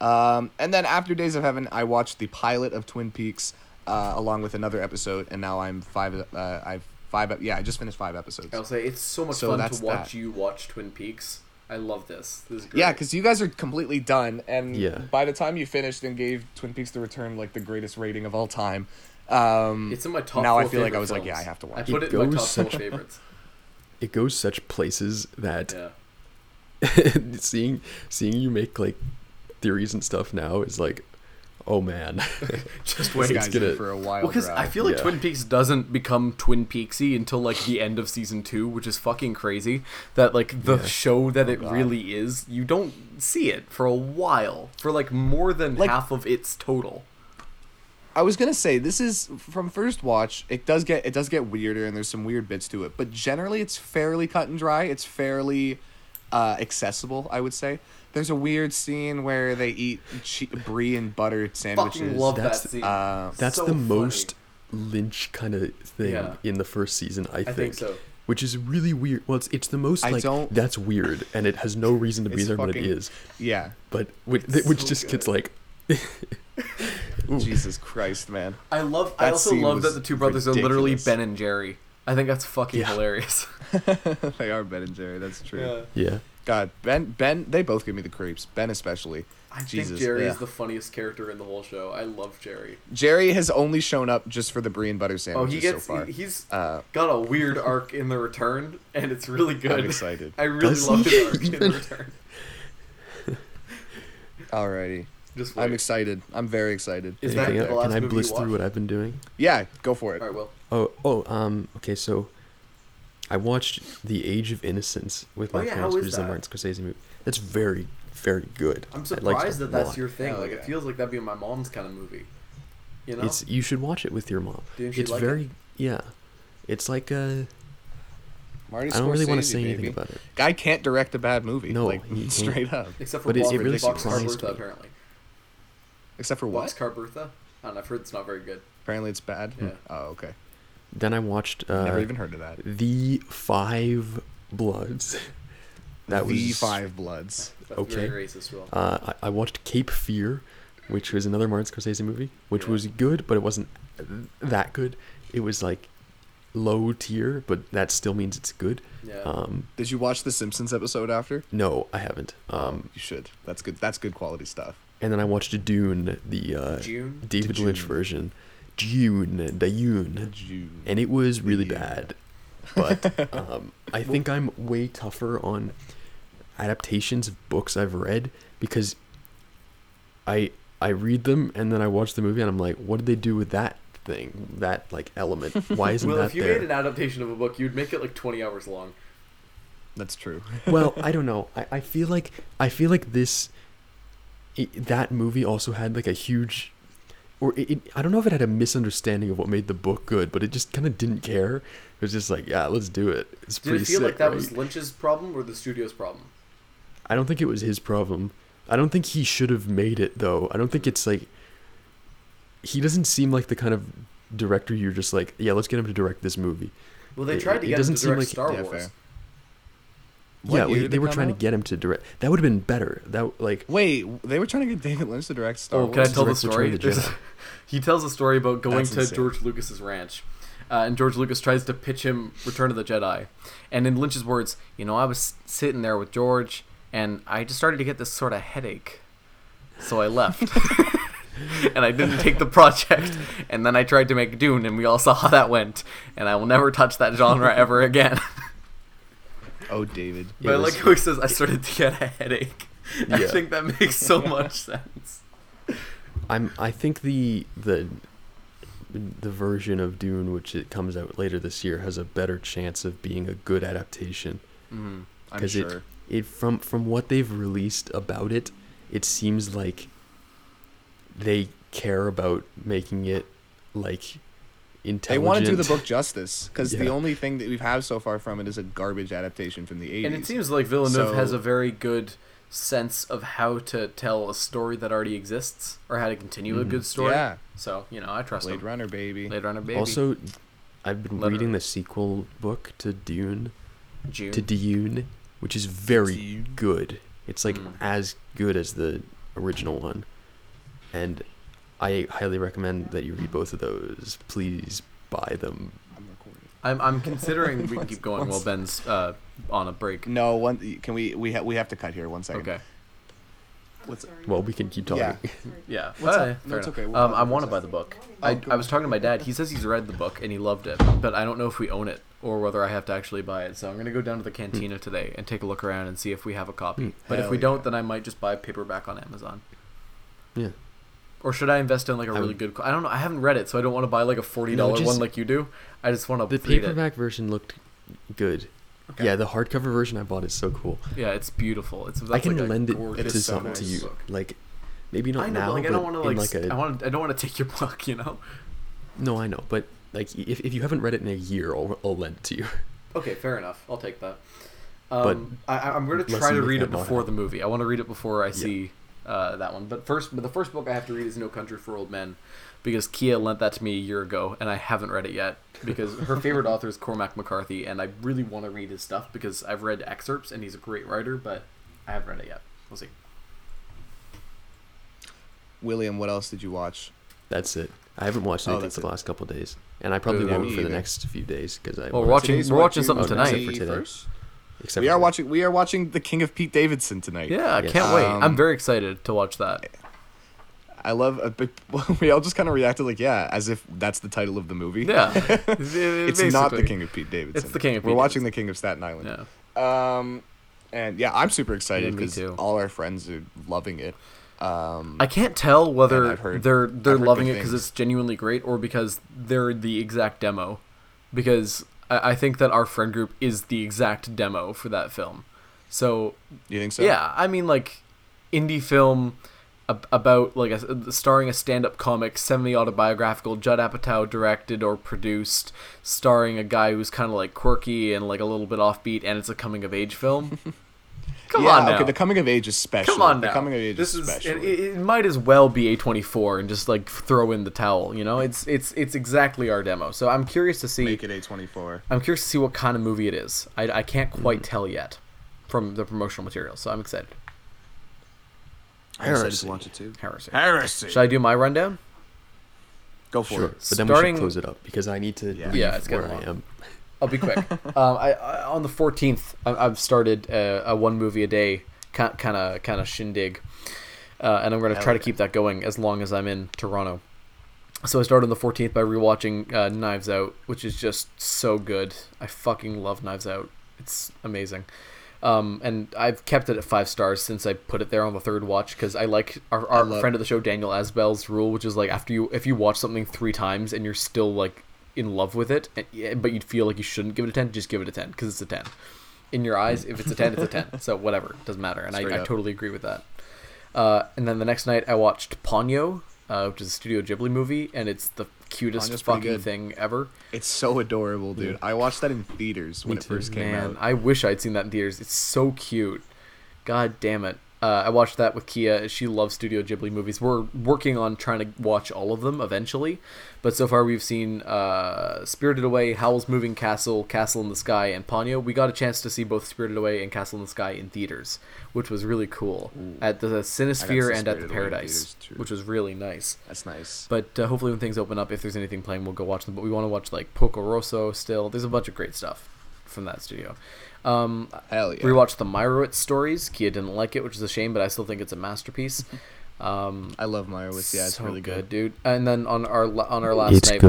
Speaker 1: Um, and then after Days of Heaven, I watched the pilot of Twin Peaks, uh, along with another episode, and now I'm five. Uh, I've five. ep- Yeah, I just finished five episodes.
Speaker 3: I'll say it's so much
Speaker 1: so
Speaker 3: fun
Speaker 1: that's
Speaker 3: to watch
Speaker 1: that.
Speaker 3: you watch Twin Peaks. I love this. This is great.
Speaker 1: Yeah, because you guys are completely done, and
Speaker 4: Yeah.
Speaker 1: by the time you finished and gave Twin Peaks: The Return like the greatest rating of all time, um,
Speaker 3: It's in my top.
Speaker 1: Now I
Speaker 3: four
Speaker 1: feel like I
Speaker 3: favorite
Speaker 1: was like,
Speaker 3: films.
Speaker 1: yeah, I have to
Speaker 3: I
Speaker 1: watch.
Speaker 4: it.
Speaker 3: put it,
Speaker 4: It
Speaker 3: in my
Speaker 4: goes
Speaker 3: top four
Speaker 4: such-
Speaker 3: favorites.
Speaker 4: It goes such places that
Speaker 1: [laughs]
Speaker 3: Yeah,
Speaker 4: [laughs] seeing seeing you make like theories and stuff now is like,
Speaker 3: [laughs]
Speaker 4: oh man.
Speaker 3: just
Speaker 1: this
Speaker 3: wait.
Speaker 1: guy's
Speaker 3: Well,
Speaker 4: it's gonna-
Speaker 1: in for a wild
Speaker 3: because
Speaker 1: ride.
Speaker 3: I feel like
Speaker 4: Yeah.
Speaker 3: Twin Peaks doesn't become Twin Peaksy until like the end of season two, which is fucking crazy. That like the show that it
Speaker 1: Oh, God.
Speaker 3: really is, you don't see it for a while, for like more than
Speaker 1: Like-
Speaker 3: half of its total.
Speaker 1: I was gonna say this is from first watch. It does get it does get weirder, and there's some weird bits to it. But generally, it's fairly cut and dry. It's fairly uh, accessible. I would say there's a weird scene where they eat che- brie and butter sandwiches.
Speaker 3: Fucking love
Speaker 4: That's-
Speaker 3: that scene.
Speaker 1: Uh,
Speaker 4: That's
Speaker 3: So
Speaker 4: the
Speaker 3: funny.
Speaker 4: most Lynch kind of thing
Speaker 3: Yeah.
Speaker 4: in the first season, I think.
Speaker 3: think so.
Speaker 4: Which is really weird. Well, it's it's the most
Speaker 1: I
Speaker 4: like
Speaker 1: don't-
Speaker 4: that's weird, and it
Speaker 3: [laughs]
Speaker 4: has no reason to be
Speaker 1: It's
Speaker 4: there, but it
Speaker 1: fucking-
Speaker 4: is.
Speaker 1: yeah,
Speaker 4: But which,
Speaker 3: It's
Speaker 4: which
Speaker 3: so
Speaker 4: just
Speaker 3: good.
Speaker 4: gets like
Speaker 1: Jesus Christ, man. [laughs]
Speaker 3: I love. I
Speaker 1: That
Speaker 3: also
Speaker 1: scene
Speaker 3: love that
Speaker 1: was
Speaker 3: the two brothers are literally
Speaker 1: ridiculous.
Speaker 3: Ben and Jerry. I think that's fucking
Speaker 4: Yeah.
Speaker 3: hilarious.
Speaker 1: they are Ben and Jerry. That's [laughs] true.
Speaker 4: yeah.
Speaker 1: God, Ben, Ben, they both give me the creeps. Ben especially.
Speaker 3: I
Speaker 1: Jesus,
Speaker 3: think Jerry
Speaker 1: yeah.
Speaker 3: is the funniest character in the whole show. I love Jerry.
Speaker 1: Jerry has only shown up just for the brie and butter
Speaker 3: Oh,
Speaker 1: sandwiches
Speaker 3: he gets.
Speaker 1: so far.
Speaker 3: he- he's
Speaker 1: uh,
Speaker 3: got a
Speaker 4: [laughs]
Speaker 3: weird arc in the return, and it's really good.
Speaker 1: I'm excited.
Speaker 3: [laughs] I really
Speaker 4: Does
Speaker 3: love
Speaker 4: he
Speaker 3: his arc in the
Speaker 4: [laughs] even?
Speaker 3: return.
Speaker 1: Alrighty,
Speaker 3: Just wait.
Speaker 1: I'm excited. I'm very excited.
Speaker 3: Is that
Speaker 4: Anything
Speaker 3: the
Speaker 4: else?
Speaker 3: last
Speaker 4: Can I
Speaker 3: movie you
Speaker 4: blitz through
Speaker 3: watched?
Speaker 4: what I've been doing?
Speaker 1: Yeah, go for it.
Speaker 3: All right, well,
Speaker 4: Oh, oh, um, okay, so I watched The Age of Innocence with
Speaker 3: Oh,
Speaker 4: my
Speaker 3: yeah,
Speaker 4: parents,
Speaker 3: how
Speaker 4: which
Speaker 3: is
Speaker 4: is a
Speaker 3: that?
Speaker 4: Martin Scorsese movie. That's very, very good.
Speaker 3: I'm
Speaker 4: I liked it
Speaker 3: surprised
Speaker 4: a
Speaker 3: that that's
Speaker 4: lot.
Speaker 3: your thing.
Speaker 1: Hell
Speaker 3: like,
Speaker 1: yeah.
Speaker 3: it feels like that'd be my mom's kind of movie. You know,
Speaker 4: It's you should watch it with your mom.
Speaker 3: Do you think she'd
Speaker 4: It's
Speaker 3: like it?
Speaker 4: very yeah. It's like uh,
Speaker 1: Marty
Speaker 4: I don't really want to
Speaker 1: Scorsese,
Speaker 4: say anything
Speaker 1: baby.
Speaker 4: about it.
Speaker 1: Guy can't direct a bad movie.
Speaker 4: No,
Speaker 1: like
Speaker 4: he can't.
Speaker 1: straight up.
Speaker 3: except for
Speaker 4: but it- it
Speaker 3: Box,
Speaker 4: really
Speaker 3: Box Car
Speaker 4: surprised
Speaker 3: Bertha,
Speaker 4: me.
Speaker 3: apparently.
Speaker 1: Except for
Speaker 3: Box
Speaker 1: what?
Speaker 3: Car Bertha. I don't know. I've heard it's not very good.
Speaker 1: Apparently, it's bad.
Speaker 3: Yeah.
Speaker 1: Oh, okay.
Speaker 4: Then I watched uh,
Speaker 1: Never even heard of that.
Speaker 4: the Five Bloods. [laughs] That
Speaker 1: the
Speaker 4: was
Speaker 1: Five Bloods.
Speaker 3: That's
Speaker 4: Okay.
Speaker 3: very racist, Will.
Speaker 4: Uh, I, I watched Cape Fear, which was another Martin Scorsese movie, which
Speaker 3: Yeah.
Speaker 4: was good, but it wasn't that good. It was like low tier, but that still means it's good.
Speaker 3: yeah.
Speaker 4: Um,
Speaker 1: Did you watch the Simpsons episode after?
Speaker 4: no, I haven't. Um,
Speaker 1: You should. That's good. That's good quality stuff.
Speaker 4: and then I watched Dune, the uh,
Speaker 3: June.
Speaker 4: David
Speaker 1: Dune.
Speaker 4: Lynch version. Dune, Dune,
Speaker 1: June.
Speaker 4: and it was really
Speaker 1: Dune.
Speaker 4: bad.
Speaker 3: [laughs]
Speaker 4: But um, I think I'm way tougher on adaptations of books I've read because I I read them and then I watch the movie and I'm like, what did they do with that thing? That like element? Why isn't
Speaker 3: [laughs] Well,
Speaker 4: that
Speaker 3: if you
Speaker 4: there?
Speaker 3: made an adaptation of a book, you'd make it like 20 hours long.
Speaker 1: That's true.
Speaker 4: well,
Speaker 3: [laughs]
Speaker 4: I don't know. I, I feel like I feel like this i that movie also had like a huge or it, it, I don't know if it had a misunderstanding of what made the book good, but it just kind of didn't care. It was just like, yeah, let's do it. It's
Speaker 3: Did
Speaker 4: pretty
Speaker 3: it feel
Speaker 4: sick,
Speaker 3: like that
Speaker 4: right?
Speaker 3: was Lynch's problem or the studio's problem?
Speaker 4: I don't think it was his problem. I don't think he should have made it though. I don't think it's like he doesn't seem like the kind of director you're just like, yeah, let's get him to direct this movie.
Speaker 3: Well, they
Speaker 4: It-
Speaker 3: tried to
Speaker 4: it
Speaker 3: get him
Speaker 4: doesn't
Speaker 3: to
Speaker 4: seem
Speaker 3: direct
Speaker 4: like-
Speaker 3: Star
Speaker 1: Yeah,
Speaker 3: Wars.
Speaker 1: fair. What
Speaker 4: yeah,
Speaker 1: year
Speaker 4: we,
Speaker 1: did
Speaker 4: they
Speaker 1: it
Speaker 4: were
Speaker 1: come
Speaker 4: trying
Speaker 1: out?
Speaker 4: to get him to direct. That would have been better. That like
Speaker 1: Wait, they were trying to get David Lynch to direct Star
Speaker 3: Oh,
Speaker 1: Wars.
Speaker 3: can I tell the
Speaker 4: Direct Return
Speaker 3: story?
Speaker 4: of the
Speaker 3: There's a- [laughs] he tells a story about going
Speaker 1: That's
Speaker 3: to
Speaker 1: insane.
Speaker 3: George Lucas's ranch, uh, and George Lucas tries to pitch him Return of the Jedi, and in Lynch's words, you know, I was sitting there with George, and I just started to get this sort of headache, so I [laughs] left. And I didn't take the project, and then I tried to make Dune, and we all saw how that went. And I will never touch that [laughs] genre ever again.
Speaker 1: Oh, David.
Speaker 3: But I
Speaker 4: Yes.
Speaker 3: like how he says, I started to get a headache. [laughs] I
Speaker 4: Yeah.
Speaker 3: think that makes [laughs] so much sense.
Speaker 4: I'm. I think the the the version of Dune, which it comes out later this year, has a better chance of being a good adaptation.
Speaker 3: Mm.
Speaker 1: I'm
Speaker 4: 'Cause it-
Speaker 1: sure.
Speaker 4: It from from what they've released about it, it seems like they care about making it like intelligent.
Speaker 1: They want to do the book justice because the
Speaker 4: Yeah.
Speaker 1: only thing that we've had so far from it is a garbage adaptation from the 80s.
Speaker 3: And it seems like Villeneuve
Speaker 1: So-
Speaker 3: has a very good sense of how to tell a story that already exists or how to continue a
Speaker 4: Mhm.
Speaker 3: good story.
Speaker 1: Yeah,
Speaker 3: So, you know, I trust
Speaker 1: Blade
Speaker 3: him.
Speaker 1: Runner, baby.
Speaker 3: Blade Runner Baby.
Speaker 4: Also, I've been
Speaker 3: Letter.
Speaker 4: reading the sequel book to Dune
Speaker 3: June.
Speaker 4: to Dune, which is very
Speaker 1: Dune.
Speaker 4: good. It's like
Speaker 3: Mm.
Speaker 4: as good as the original one, and I highly recommend that you read both of those. Please buy them.
Speaker 1: I'm recording.
Speaker 3: I'm, I'm considering we can keep going while Ben's uh, on a break.
Speaker 1: No, one. Can we? We have. We have to cut here. One second.
Speaker 3: Okay.
Speaker 1: What's-
Speaker 4: Well, we can keep talking.
Speaker 1: Yeah.
Speaker 3: Yeah.
Speaker 1: What's
Speaker 3: Uh,
Speaker 1: up?
Speaker 3: fair
Speaker 1: No, it's
Speaker 3: enough.
Speaker 1: okay. We'll
Speaker 3: Um,
Speaker 1: talk
Speaker 3: I
Speaker 1: for a
Speaker 3: want to
Speaker 1: sec.
Speaker 3: buy the book.
Speaker 1: Oh,
Speaker 3: I,
Speaker 1: go
Speaker 3: I was talking to my dad. He says he's read the book and he loved it, but I don't know if we own it or whether I have to actually buy it. So I'm going to go down to the cantina today and take a look around and see if we have a copy.
Speaker 4: Hmm.
Speaker 3: But if
Speaker 1: Hell
Speaker 3: we
Speaker 1: yeah.
Speaker 3: don't, then I might just buy paperback on Amazon.
Speaker 4: Yeah.
Speaker 3: Or should I invest in like a
Speaker 4: I
Speaker 3: really
Speaker 4: would-
Speaker 3: good? co- I don't know. I haven't read it, so I don't want to buy like a forty
Speaker 4: No,
Speaker 3: dollar
Speaker 4: just-
Speaker 3: one like you do. I just want to
Speaker 4: The
Speaker 3: read it.
Speaker 4: paperback version looked good.
Speaker 3: Okay.
Speaker 4: Yeah, the hardcover version I bought is so cool.
Speaker 3: Yeah, it's beautiful. It's that's
Speaker 4: I can
Speaker 3: like a
Speaker 4: lend it
Speaker 3: gorgeous
Speaker 1: It
Speaker 4: to
Speaker 1: is so
Speaker 4: some
Speaker 1: nice.
Speaker 4: to you.
Speaker 3: book.
Speaker 4: Like maybe
Speaker 3: I
Speaker 4: not
Speaker 3: know,
Speaker 4: now,
Speaker 3: but, like
Speaker 4: but
Speaker 3: I don't want to
Speaker 4: in
Speaker 3: like,
Speaker 4: like
Speaker 3: st-
Speaker 4: a
Speaker 3: I want I don't want to take your [laughs] book, you know.
Speaker 4: no, I know, but like if, if you [laughs] haven't read it in a year, I'll, I'll lend it to you.
Speaker 3: Okay, fair enough. I'll take that. Um,
Speaker 4: but
Speaker 3: I, I'm going to
Speaker 4: Let's
Speaker 3: try to
Speaker 4: make
Speaker 3: read it
Speaker 4: that not
Speaker 3: before the movie. I want to read it before I see uh, that one. But first, but the first book I have to read is No Country for Old Men, because Kia lent that to me a year ago, and I haven't read it yet because her favorite author is Cormac McCarthy, and I really want to read his stuff because I've read excerpts and he's a great writer, but I haven't read it yet. We'll see.
Speaker 1: William, what else did you watch?
Speaker 4: that's it. I haven't watched
Speaker 1: Oh,
Speaker 4: anything
Speaker 1: that's
Speaker 4: for the
Speaker 1: it.
Speaker 4: last couple of days, and I probably
Speaker 1: Yeah,
Speaker 4: won't
Speaker 1: me
Speaker 4: for the
Speaker 1: either.
Speaker 4: next few days because I
Speaker 3: Well,
Speaker 4: wanna-
Speaker 3: we're watching- we're watching something
Speaker 4: tonight.
Speaker 1: Except for
Speaker 4: Except for
Speaker 1: today.
Speaker 4: today.
Speaker 1: First?
Speaker 4: except
Speaker 1: We
Speaker 4: for
Speaker 1: are
Speaker 4: that.
Speaker 1: watching. We are watching The King of Pete Davidson tonight.
Speaker 3: Yeah, I
Speaker 4: Yes.
Speaker 3: can't wait.
Speaker 1: Um,
Speaker 3: I'm very excited to watch that.
Speaker 1: I love. A big, [laughs] we all just kind of reacted like, yeah, as if that's the title of the movie.
Speaker 3: Yeah,
Speaker 1: it's not The King of Pete Davidson.
Speaker 3: It's The King of
Speaker 1: We're
Speaker 3: Pete
Speaker 1: watching The King of Staten Island.
Speaker 3: Yeah.
Speaker 1: Um, and yeah, I'm super excited
Speaker 3: Yeah, me
Speaker 1: because
Speaker 3: too.
Speaker 1: all our friends are loving it. Um,
Speaker 3: I can't tell whether
Speaker 1: I've heard-
Speaker 3: they're they're
Speaker 1: I've heard
Speaker 3: loving
Speaker 1: good
Speaker 3: it because
Speaker 1: things.
Speaker 3: it's genuinely great or because they're the exact demo. Because I, I think that our friend group is the exact demo for that film. So
Speaker 1: do you think so?
Speaker 3: yeah, I mean like indie film ab- about like a, starring a stand-up comic, semi-autobiographical, Judd Apatow directed or produced, starring a guy who's kind of like quirky and like a little bit offbeat, and it's a coming-of-age
Speaker 1: [laughs]
Speaker 3: film. Come
Speaker 1: Yeah,
Speaker 3: on now.
Speaker 1: Okay, the coming of age is special.
Speaker 3: Come on
Speaker 1: the
Speaker 3: now.
Speaker 1: coming of age
Speaker 3: this
Speaker 1: is
Speaker 3: is
Speaker 1: special.
Speaker 3: It, it, it might as well be A24 and just like throw in the towel, you know? It's it's it's exactly our demo. So I'm curious to see
Speaker 1: Make it A24.
Speaker 3: I'm curious to see what kind of movie it is. I, I can't
Speaker 1: Hmm.
Speaker 3: quite tell yet from the promotional material. So I'm excited.
Speaker 1: I'm excited to
Speaker 4: Heresy.
Speaker 1: watch it too.
Speaker 3: Heresy.
Speaker 1: Heresy.
Speaker 3: Should I do my rundown?
Speaker 1: Go for
Speaker 4: Sure,
Speaker 1: it.
Speaker 4: but then we
Speaker 3: Starting-
Speaker 4: should close it up because I need to
Speaker 1: Yeah.
Speaker 4: leave
Speaker 3: Yeah, it's getting
Speaker 4: where I
Speaker 3: long.
Speaker 4: am.
Speaker 3: I'll be quick.
Speaker 1: [laughs]
Speaker 3: um, I, I on the fourteenth, I've started uh, a, a one movie a day kind kind of kind of shindig, uh, and I'm going to
Speaker 1: Hell
Speaker 3: try to
Speaker 1: yeah.
Speaker 3: keep that going as long as I'm in Toronto. So I started on the fourteenth by rewatching uh, Knives Out, which is just so good. I fucking love Knives Out. It's amazing. Um, and I've kept it at five stars since I put it there on the third watch because I like our, our
Speaker 1: love-
Speaker 3: friend of the show Daniel Asbell's rule, which is like after you if you watch something three times and you're still like in love with it, and, yeah, but you'd feel like you shouldn't give it a ten, just give it a ten because it's a ten. In your eyes, if it's a ten, it's a ten. So whatever, doesn't matter. And
Speaker 1: Straight
Speaker 3: I, I
Speaker 1: up.
Speaker 3: totally agree with that. Uh, and then the next night, I watched Ponyo, uh, which is a Studio Ghibli movie, and it's the cutest
Speaker 1: Ponyo's pretty
Speaker 3: fucking
Speaker 1: good.
Speaker 3: thing ever.
Speaker 1: It's so adorable, dude. I watched that in theaters when it first came
Speaker 3: Man,
Speaker 1: out.
Speaker 3: I wish I'd seen that in theaters. It's so cute. God damn it. Uh, I watched that with Kia. She loves Studio Ghibli movies. We're working on trying to watch all of them eventually, but so far we've seen uh, Spirited Away, Howl's Moving Castle, Castle in the Sky, and Ponyo. We got a chance to see both Spirited Away and Castle in the Sky in theaters, which was really cool at the Cinesphere
Speaker 1: see
Speaker 3: and at
Speaker 1: Spirited Away
Speaker 3: the
Speaker 1: in
Speaker 3: Paradise,
Speaker 1: theaters, too.
Speaker 3: which was really nice.
Speaker 1: That's nice.
Speaker 3: But uh, hopefully, when things open up, if there's anything playing, we'll go watch them. But we want to watch like Poco Rosso still. There's a bunch of great stuff from that studio. Um,
Speaker 1: Hell yeah.
Speaker 3: Rewatched the Meyerowitz stories. Kia didn't like it, which is a shame, but I still think it's
Speaker 1: [laughs]
Speaker 3: a masterpiece. Um,
Speaker 1: I love Meyerowitz. Yeah, it's
Speaker 3: so
Speaker 1: really good.
Speaker 3: dude. And then on our la- on our last night,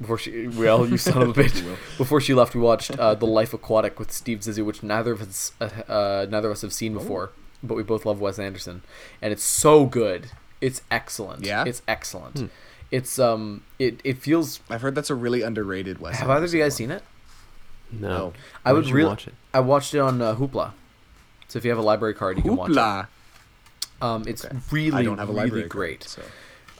Speaker 3: before she well, you son of a bitch. Before she left, we watched uh, The Life Aquatic with Steve Zissou, which neither of us uh, uh, neither of us have seen before, but we both love Wes Anderson, and it's so good. It's excellent.
Speaker 1: Yeah?
Speaker 3: it's excellent. It's um, it it feels.
Speaker 1: I've heard that's a really underrated Wes.
Speaker 3: Have either of
Speaker 1: Anderson
Speaker 3: you guys
Speaker 1: one.
Speaker 3: seen it?
Speaker 4: No,
Speaker 1: No.
Speaker 3: I
Speaker 4: Where
Speaker 3: would
Speaker 4: did you
Speaker 3: really
Speaker 4: watch it.
Speaker 3: I watched it on uh, Hoopla. So if you have a library card, you can watch it.
Speaker 1: Oh, Hoopla.
Speaker 3: Um, it's
Speaker 1: Okay.
Speaker 3: really
Speaker 1: I don't have a
Speaker 3: really
Speaker 1: library card,
Speaker 3: great.
Speaker 1: so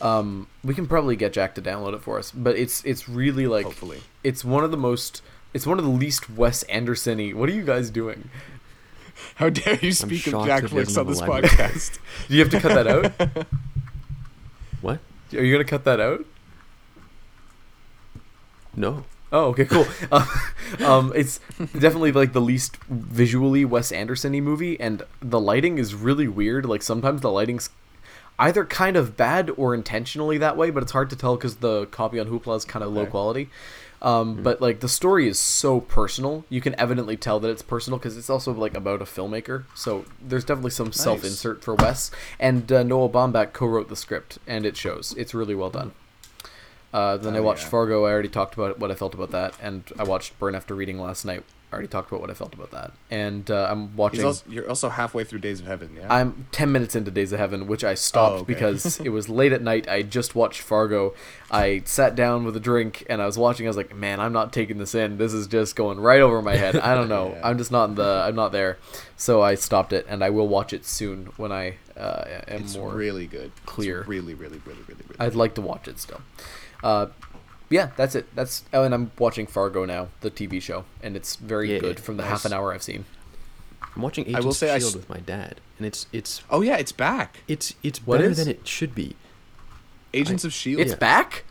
Speaker 3: Um, we can probably get Jack to download it for us, but it's it's really like
Speaker 1: Hopefully.
Speaker 3: it's one of the most it's one of the least Wes Anderson-y. What are you guys doing?
Speaker 1: How dare you speak of
Speaker 4: shocked
Speaker 1: Jack
Speaker 4: that he
Speaker 1: Flicks
Speaker 4: doesn't have
Speaker 1: on
Speaker 4: a
Speaker 1: this
Speaker 4: library.
Speaker 3: [laughs]
Speaker 1: podcast?
Speaker 3: Do you have to cut that out?
Speaker 4: What?
Speaker 3: Are you gonna cut that out?
Speaker 4: No.
Speaker 3: Oh, okay, cool. [laughs] Um, um, it's definitely like the least visually Wes Anderson-y movie, and the lighting is really weird. Like sometimes the lighting's either kind of bad or intentionally that way, but it's hard to tell because the copy on Hoopla is kind of low
Speaker 1: Okay.
Speaker 3: quality. Um,
Speaker 1: Hmm.
Speaker 3: But like the story is so personal, you can evidently tell that it's personal because it's also like about a filmmaker. So there's definitely some self-insert for Wes, and uh, Noah Baumbach co-wrote the script, and it shows. It's really well done. Uh, then I
Speaker 1: Oh,
Speaker 3: watched
Speaker 1: yeah.
Speaker 3: Fargo. I already talked about what I felt about that, and I watched Burn After Reading last night. I already talked about what I felt about that, and uh, I'm
Speaker 1: He's
Speaker 3: watching.
Speaker 1: also, you're also halfway through Days of Heaven, yeah?
Speaker 3: I'm ten minutes into Days of Heaven, which I stopped
Speaker 1: Oh, okay. [laughs]
Speaker 3: because it was late at night. I just watched Fargo. I sat down with a drink and I was watching. I was like, man, I'm not taking this in. This is just going right over my head.
Speaker 1: [laughs]
Speaker 3: I don't know.
Speaker 1: Yeah.
Speaker 3: I'm just not in the. I'm not there. So I stopped it, and I will watch it soon when I uh, am
Speaker 1: it's
Speaker 3: more.
Speaker 1: really good. It's
Speaker 3: clear.
Speaker 1: really, really, really, really, really.
Speaker 3: I'd like to watch it still. Uh, yeah, that's it. That's oh, and I'm watching Fargo now, the TV show, and it's very
Speaker 4: Yeah,
Speaker 3: good from the half
Speaker 1: nice.
Speaker 3: an hour I've seen.
Speaker 4: I'm watching Agents
Speaker 1: will say I
Speaker 4: of Shield
Speaker 1: s-
Speaker 4: E with my dad, and it's it's
Speaker 1: Oh yeah, it's back.
Speaker 4: it's it's
Speaker 3: What
Speaker 4: better
Speaker 3: is?
Speaker 4: than it should be.
Speaker 1: Agents of Shield.
Speaker 2: It's back.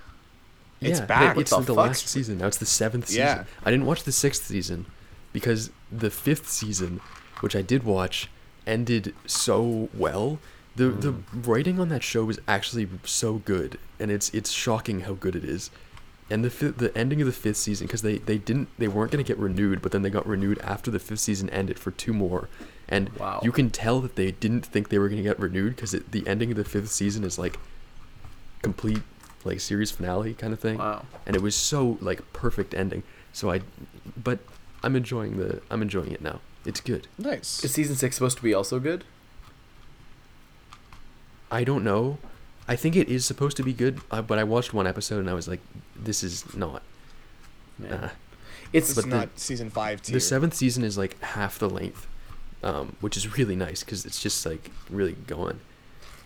Speaker 1: It's
Speaker 4: they-
Speaker 1: back.
Speaker 4: It's
Speaker 2: What
Speaker 4: the,
Speaker 2: the
Speaker 4: last
Speaker 2: fuck's-
Speaker 4: season. Now it's the seventh season.
Speaker 1: Yeah.
Speaker 4: I didn't watch the sixth season because the fifth season, which I did watch, ended so well. The the writing on that show was actually so good, and it's it's shocking how good it is. And the fifth, the ending of the fifth season because they, they didn't they weren't gonna get renewed, but then they got renewed after the fifth season ended for two more, and
Speaker 3: Wow.
Speaker 4: you can tell that they didn't think they were gonna get renewed because the ending of the fifth season is like complete like series finale kind of thing.
Speaker 2: Wow.
Speaker 4: And it was so like perfect ending. So I but I'm enjoying the I'm enjoying it now. It's good.
Speaker 1: nice.
Speaker 3: Is season six supposed to be also good?
Speaker 4: I don't know. I think it is supposed to be good, uh, but I watched one episode and I was like this is not.
Speaker 2: Yeah.
Speaker 4: Nah.
Speaker 1: It's
Speaker 2: It's
Speaker 4: but the-
Speaker 1: not season five tier.
Speaker 4: The 7th season is like half the length. Um, which is really nice cuz it's just like really going.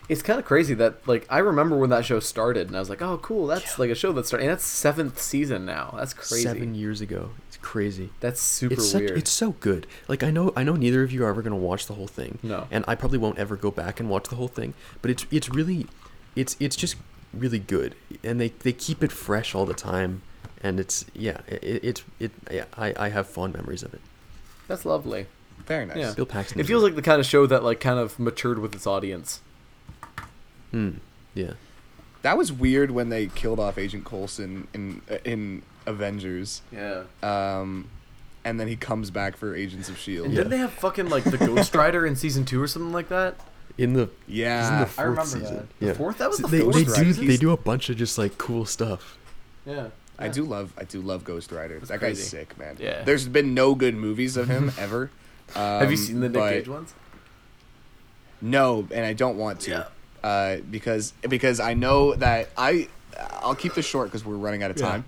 Speaker 3: It's kind of crazy that like I remember when that show started, and I was like, "Oh, cool, that's like a show that started." And that's seventh season now. That's crazy.
Speaker 4: 7 years ago. It's crazy.
Speaker 3: That's super
Speaker 4: it's such,
Speaker 3: weird.
Speaker 4: it's so good. Like I know I know neither of you are ever gonna watch the whole thing.
Speaker 3: No.
Speaker 4: And I probably won't ever go back and watch the whole thing. But it's it's really it's it's just really good. And they, they keep it fresh all the time. And it's yeah, it, it's it yeah, I, I have fond memories of it.
Speaker 3: That's lovely.
Speaker 1: Very nice.
Speaker 3: Yeah.
Speaker 4: Bill Paxton.
Speaker 3: It feels like the kind of show that like kind of matured with its audience.
Speaker 4: mm, yeah.
Speaker 1: That was weird when they killed off Agent Coulson in in Avengers,
Speaker 3: Yeah.
Speaker 1: um, and then he comes back for Agents of Shield.
Speaker 3: And
Speaker 4: Yeah.
Speaker 3: didn't they have fucking like
Speaker 4: [laughs]
Speaker 3: the Ghost Rider in season two or something like that?
Speaker 4: In the he's in
Speaker 1: Yeah,
Speaker 4: the fourth
Speaker 3: remember
Speaker 4: season.
Speaker 3: that. The
Speaker 4: Yeah.
Speaker 3: fourth? That was the
Speaker 4: they,
Speaker 3: fourth,
Speaker 4: they
Speaker 3: right?
Speaker 4: do
Speaker 3: He's-
Speaker 4: they do a bunch of just like cool stuff.
Speaker 3: Yeah.
Speaker 1: I do love I do love Ghost Rider. That
Speaker 3: crazy.
Speaker 1: guy's sick, man.
Speaker 3: Yeah.
Speaker 1: There's been no good movies of
Speaker 3: [laughs]
Speaker 1: him ever. Um,
Speaker 3: Have you seen the Nick
Speaker 1: but-
Speaker 3: Cage ones?
Speaker 1: No, and I don't want to. Uh, because because I know that I I'll keep this short because we're running out of time.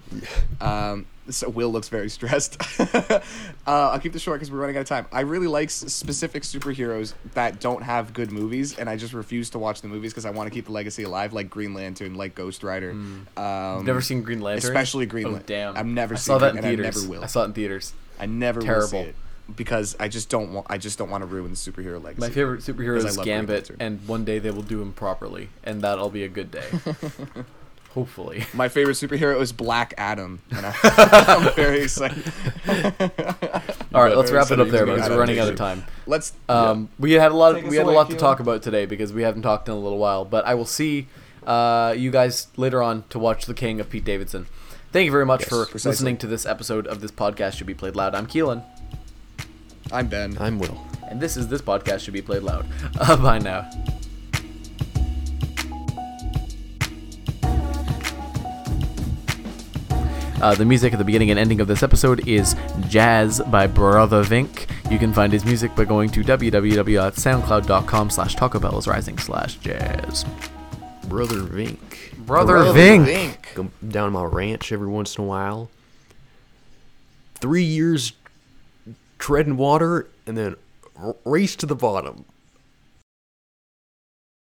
Speaker 1: Um, so Will looks very stressed. [laughs] uh, I'll keep this short because we're running out of time. I really like s- specific superheroes that don't have good movies, and I just refuse to watch the movies because I want to keep the legacy alive, like Green Lantern, like Ghost Rider. Um,
Speaker 3: Hmm. Never seen Green Lantern.
Speaker 1: especially Green
Speaker 3: Oh
Speaker 1: Lan-
Speaker 3: damn!
Speaker 1: I've never
Speaker 3: I
Speaker 1: seen
Speaker 3: saw
Speaker 1: it,
Speaker 3: that in
Speaker 1: and I
Speaker 3: theaters.
Speaker 1: never will.
Speaker 3: I saw it in theaters.
Speaker 1: I never will see
Speaker 3: Terrible.
Speaker 1: it because I just don't want. I just don't want to ruin the superhero legacy.
Speaker 3: My favorite superhero
Speaker 1: Because I
Speaker 3: is
Speaker 1: love Green
Speaker 3: Gambit,
Speaker 1: Lantern.
Speaker 3: and one day they will do him properly, and that'll be a
Speaker 1: [laughs]
Speaker 3: good day. Hopefully.
Speaker 1: My favorite superhero is Black Adam, and I, [laughs] I'm very excited.
Speaker 3: All right,
Speaker 1: But
Speaker 3: let's
Speaker 1: very
Speaker 3: wrap it up
Speaker 1: excited
Speaker 3: there
Speaker 1: to
Speaker 3: because
Speaker 1: make
Speaker 3: we're running out of
Speaker 1: adaptation.
Speaker 3: time.
Speaker 1: Let's.
Speaker 3: Um, We had a lot. Of,
Speaker 1: Take
Speaker 3: we
Speaker 1: us
Speaker 3: had a
Speaker 1: away,
Speaker 3: lot to
Speaker 1: Keelan.
Speaker 3: talk about today because we haven't talked in a little while. But I will see uh, you guys later on to watch The King of Pete Davidson. Thank you very much for
Speaker 1: precisely.
Speaker 3: listening to this episode of this podcast should be played loud. I'm Keelan,
Speaker 1: yeah. I'm Ben.
Speaker 4: I'm Will.
Speaker 3: and this is this podcast should be played loud. [laughs] Uh, bye now. Uh, the music at the beginning and ending of this episode is Jazz by Brother Vink. You can find his music by going to www.soundcloud.com slash tacobellsrising slash jazz.
Speaker 4: Brother Vink.
Speaker 3: Brother,
Speaker 1: Brother
Speaker 3: Vink.
Speaker 1: Vink.
Speaker 4: Go down to my ranch every once in a while. Three years treading water and then r- race to the bottom.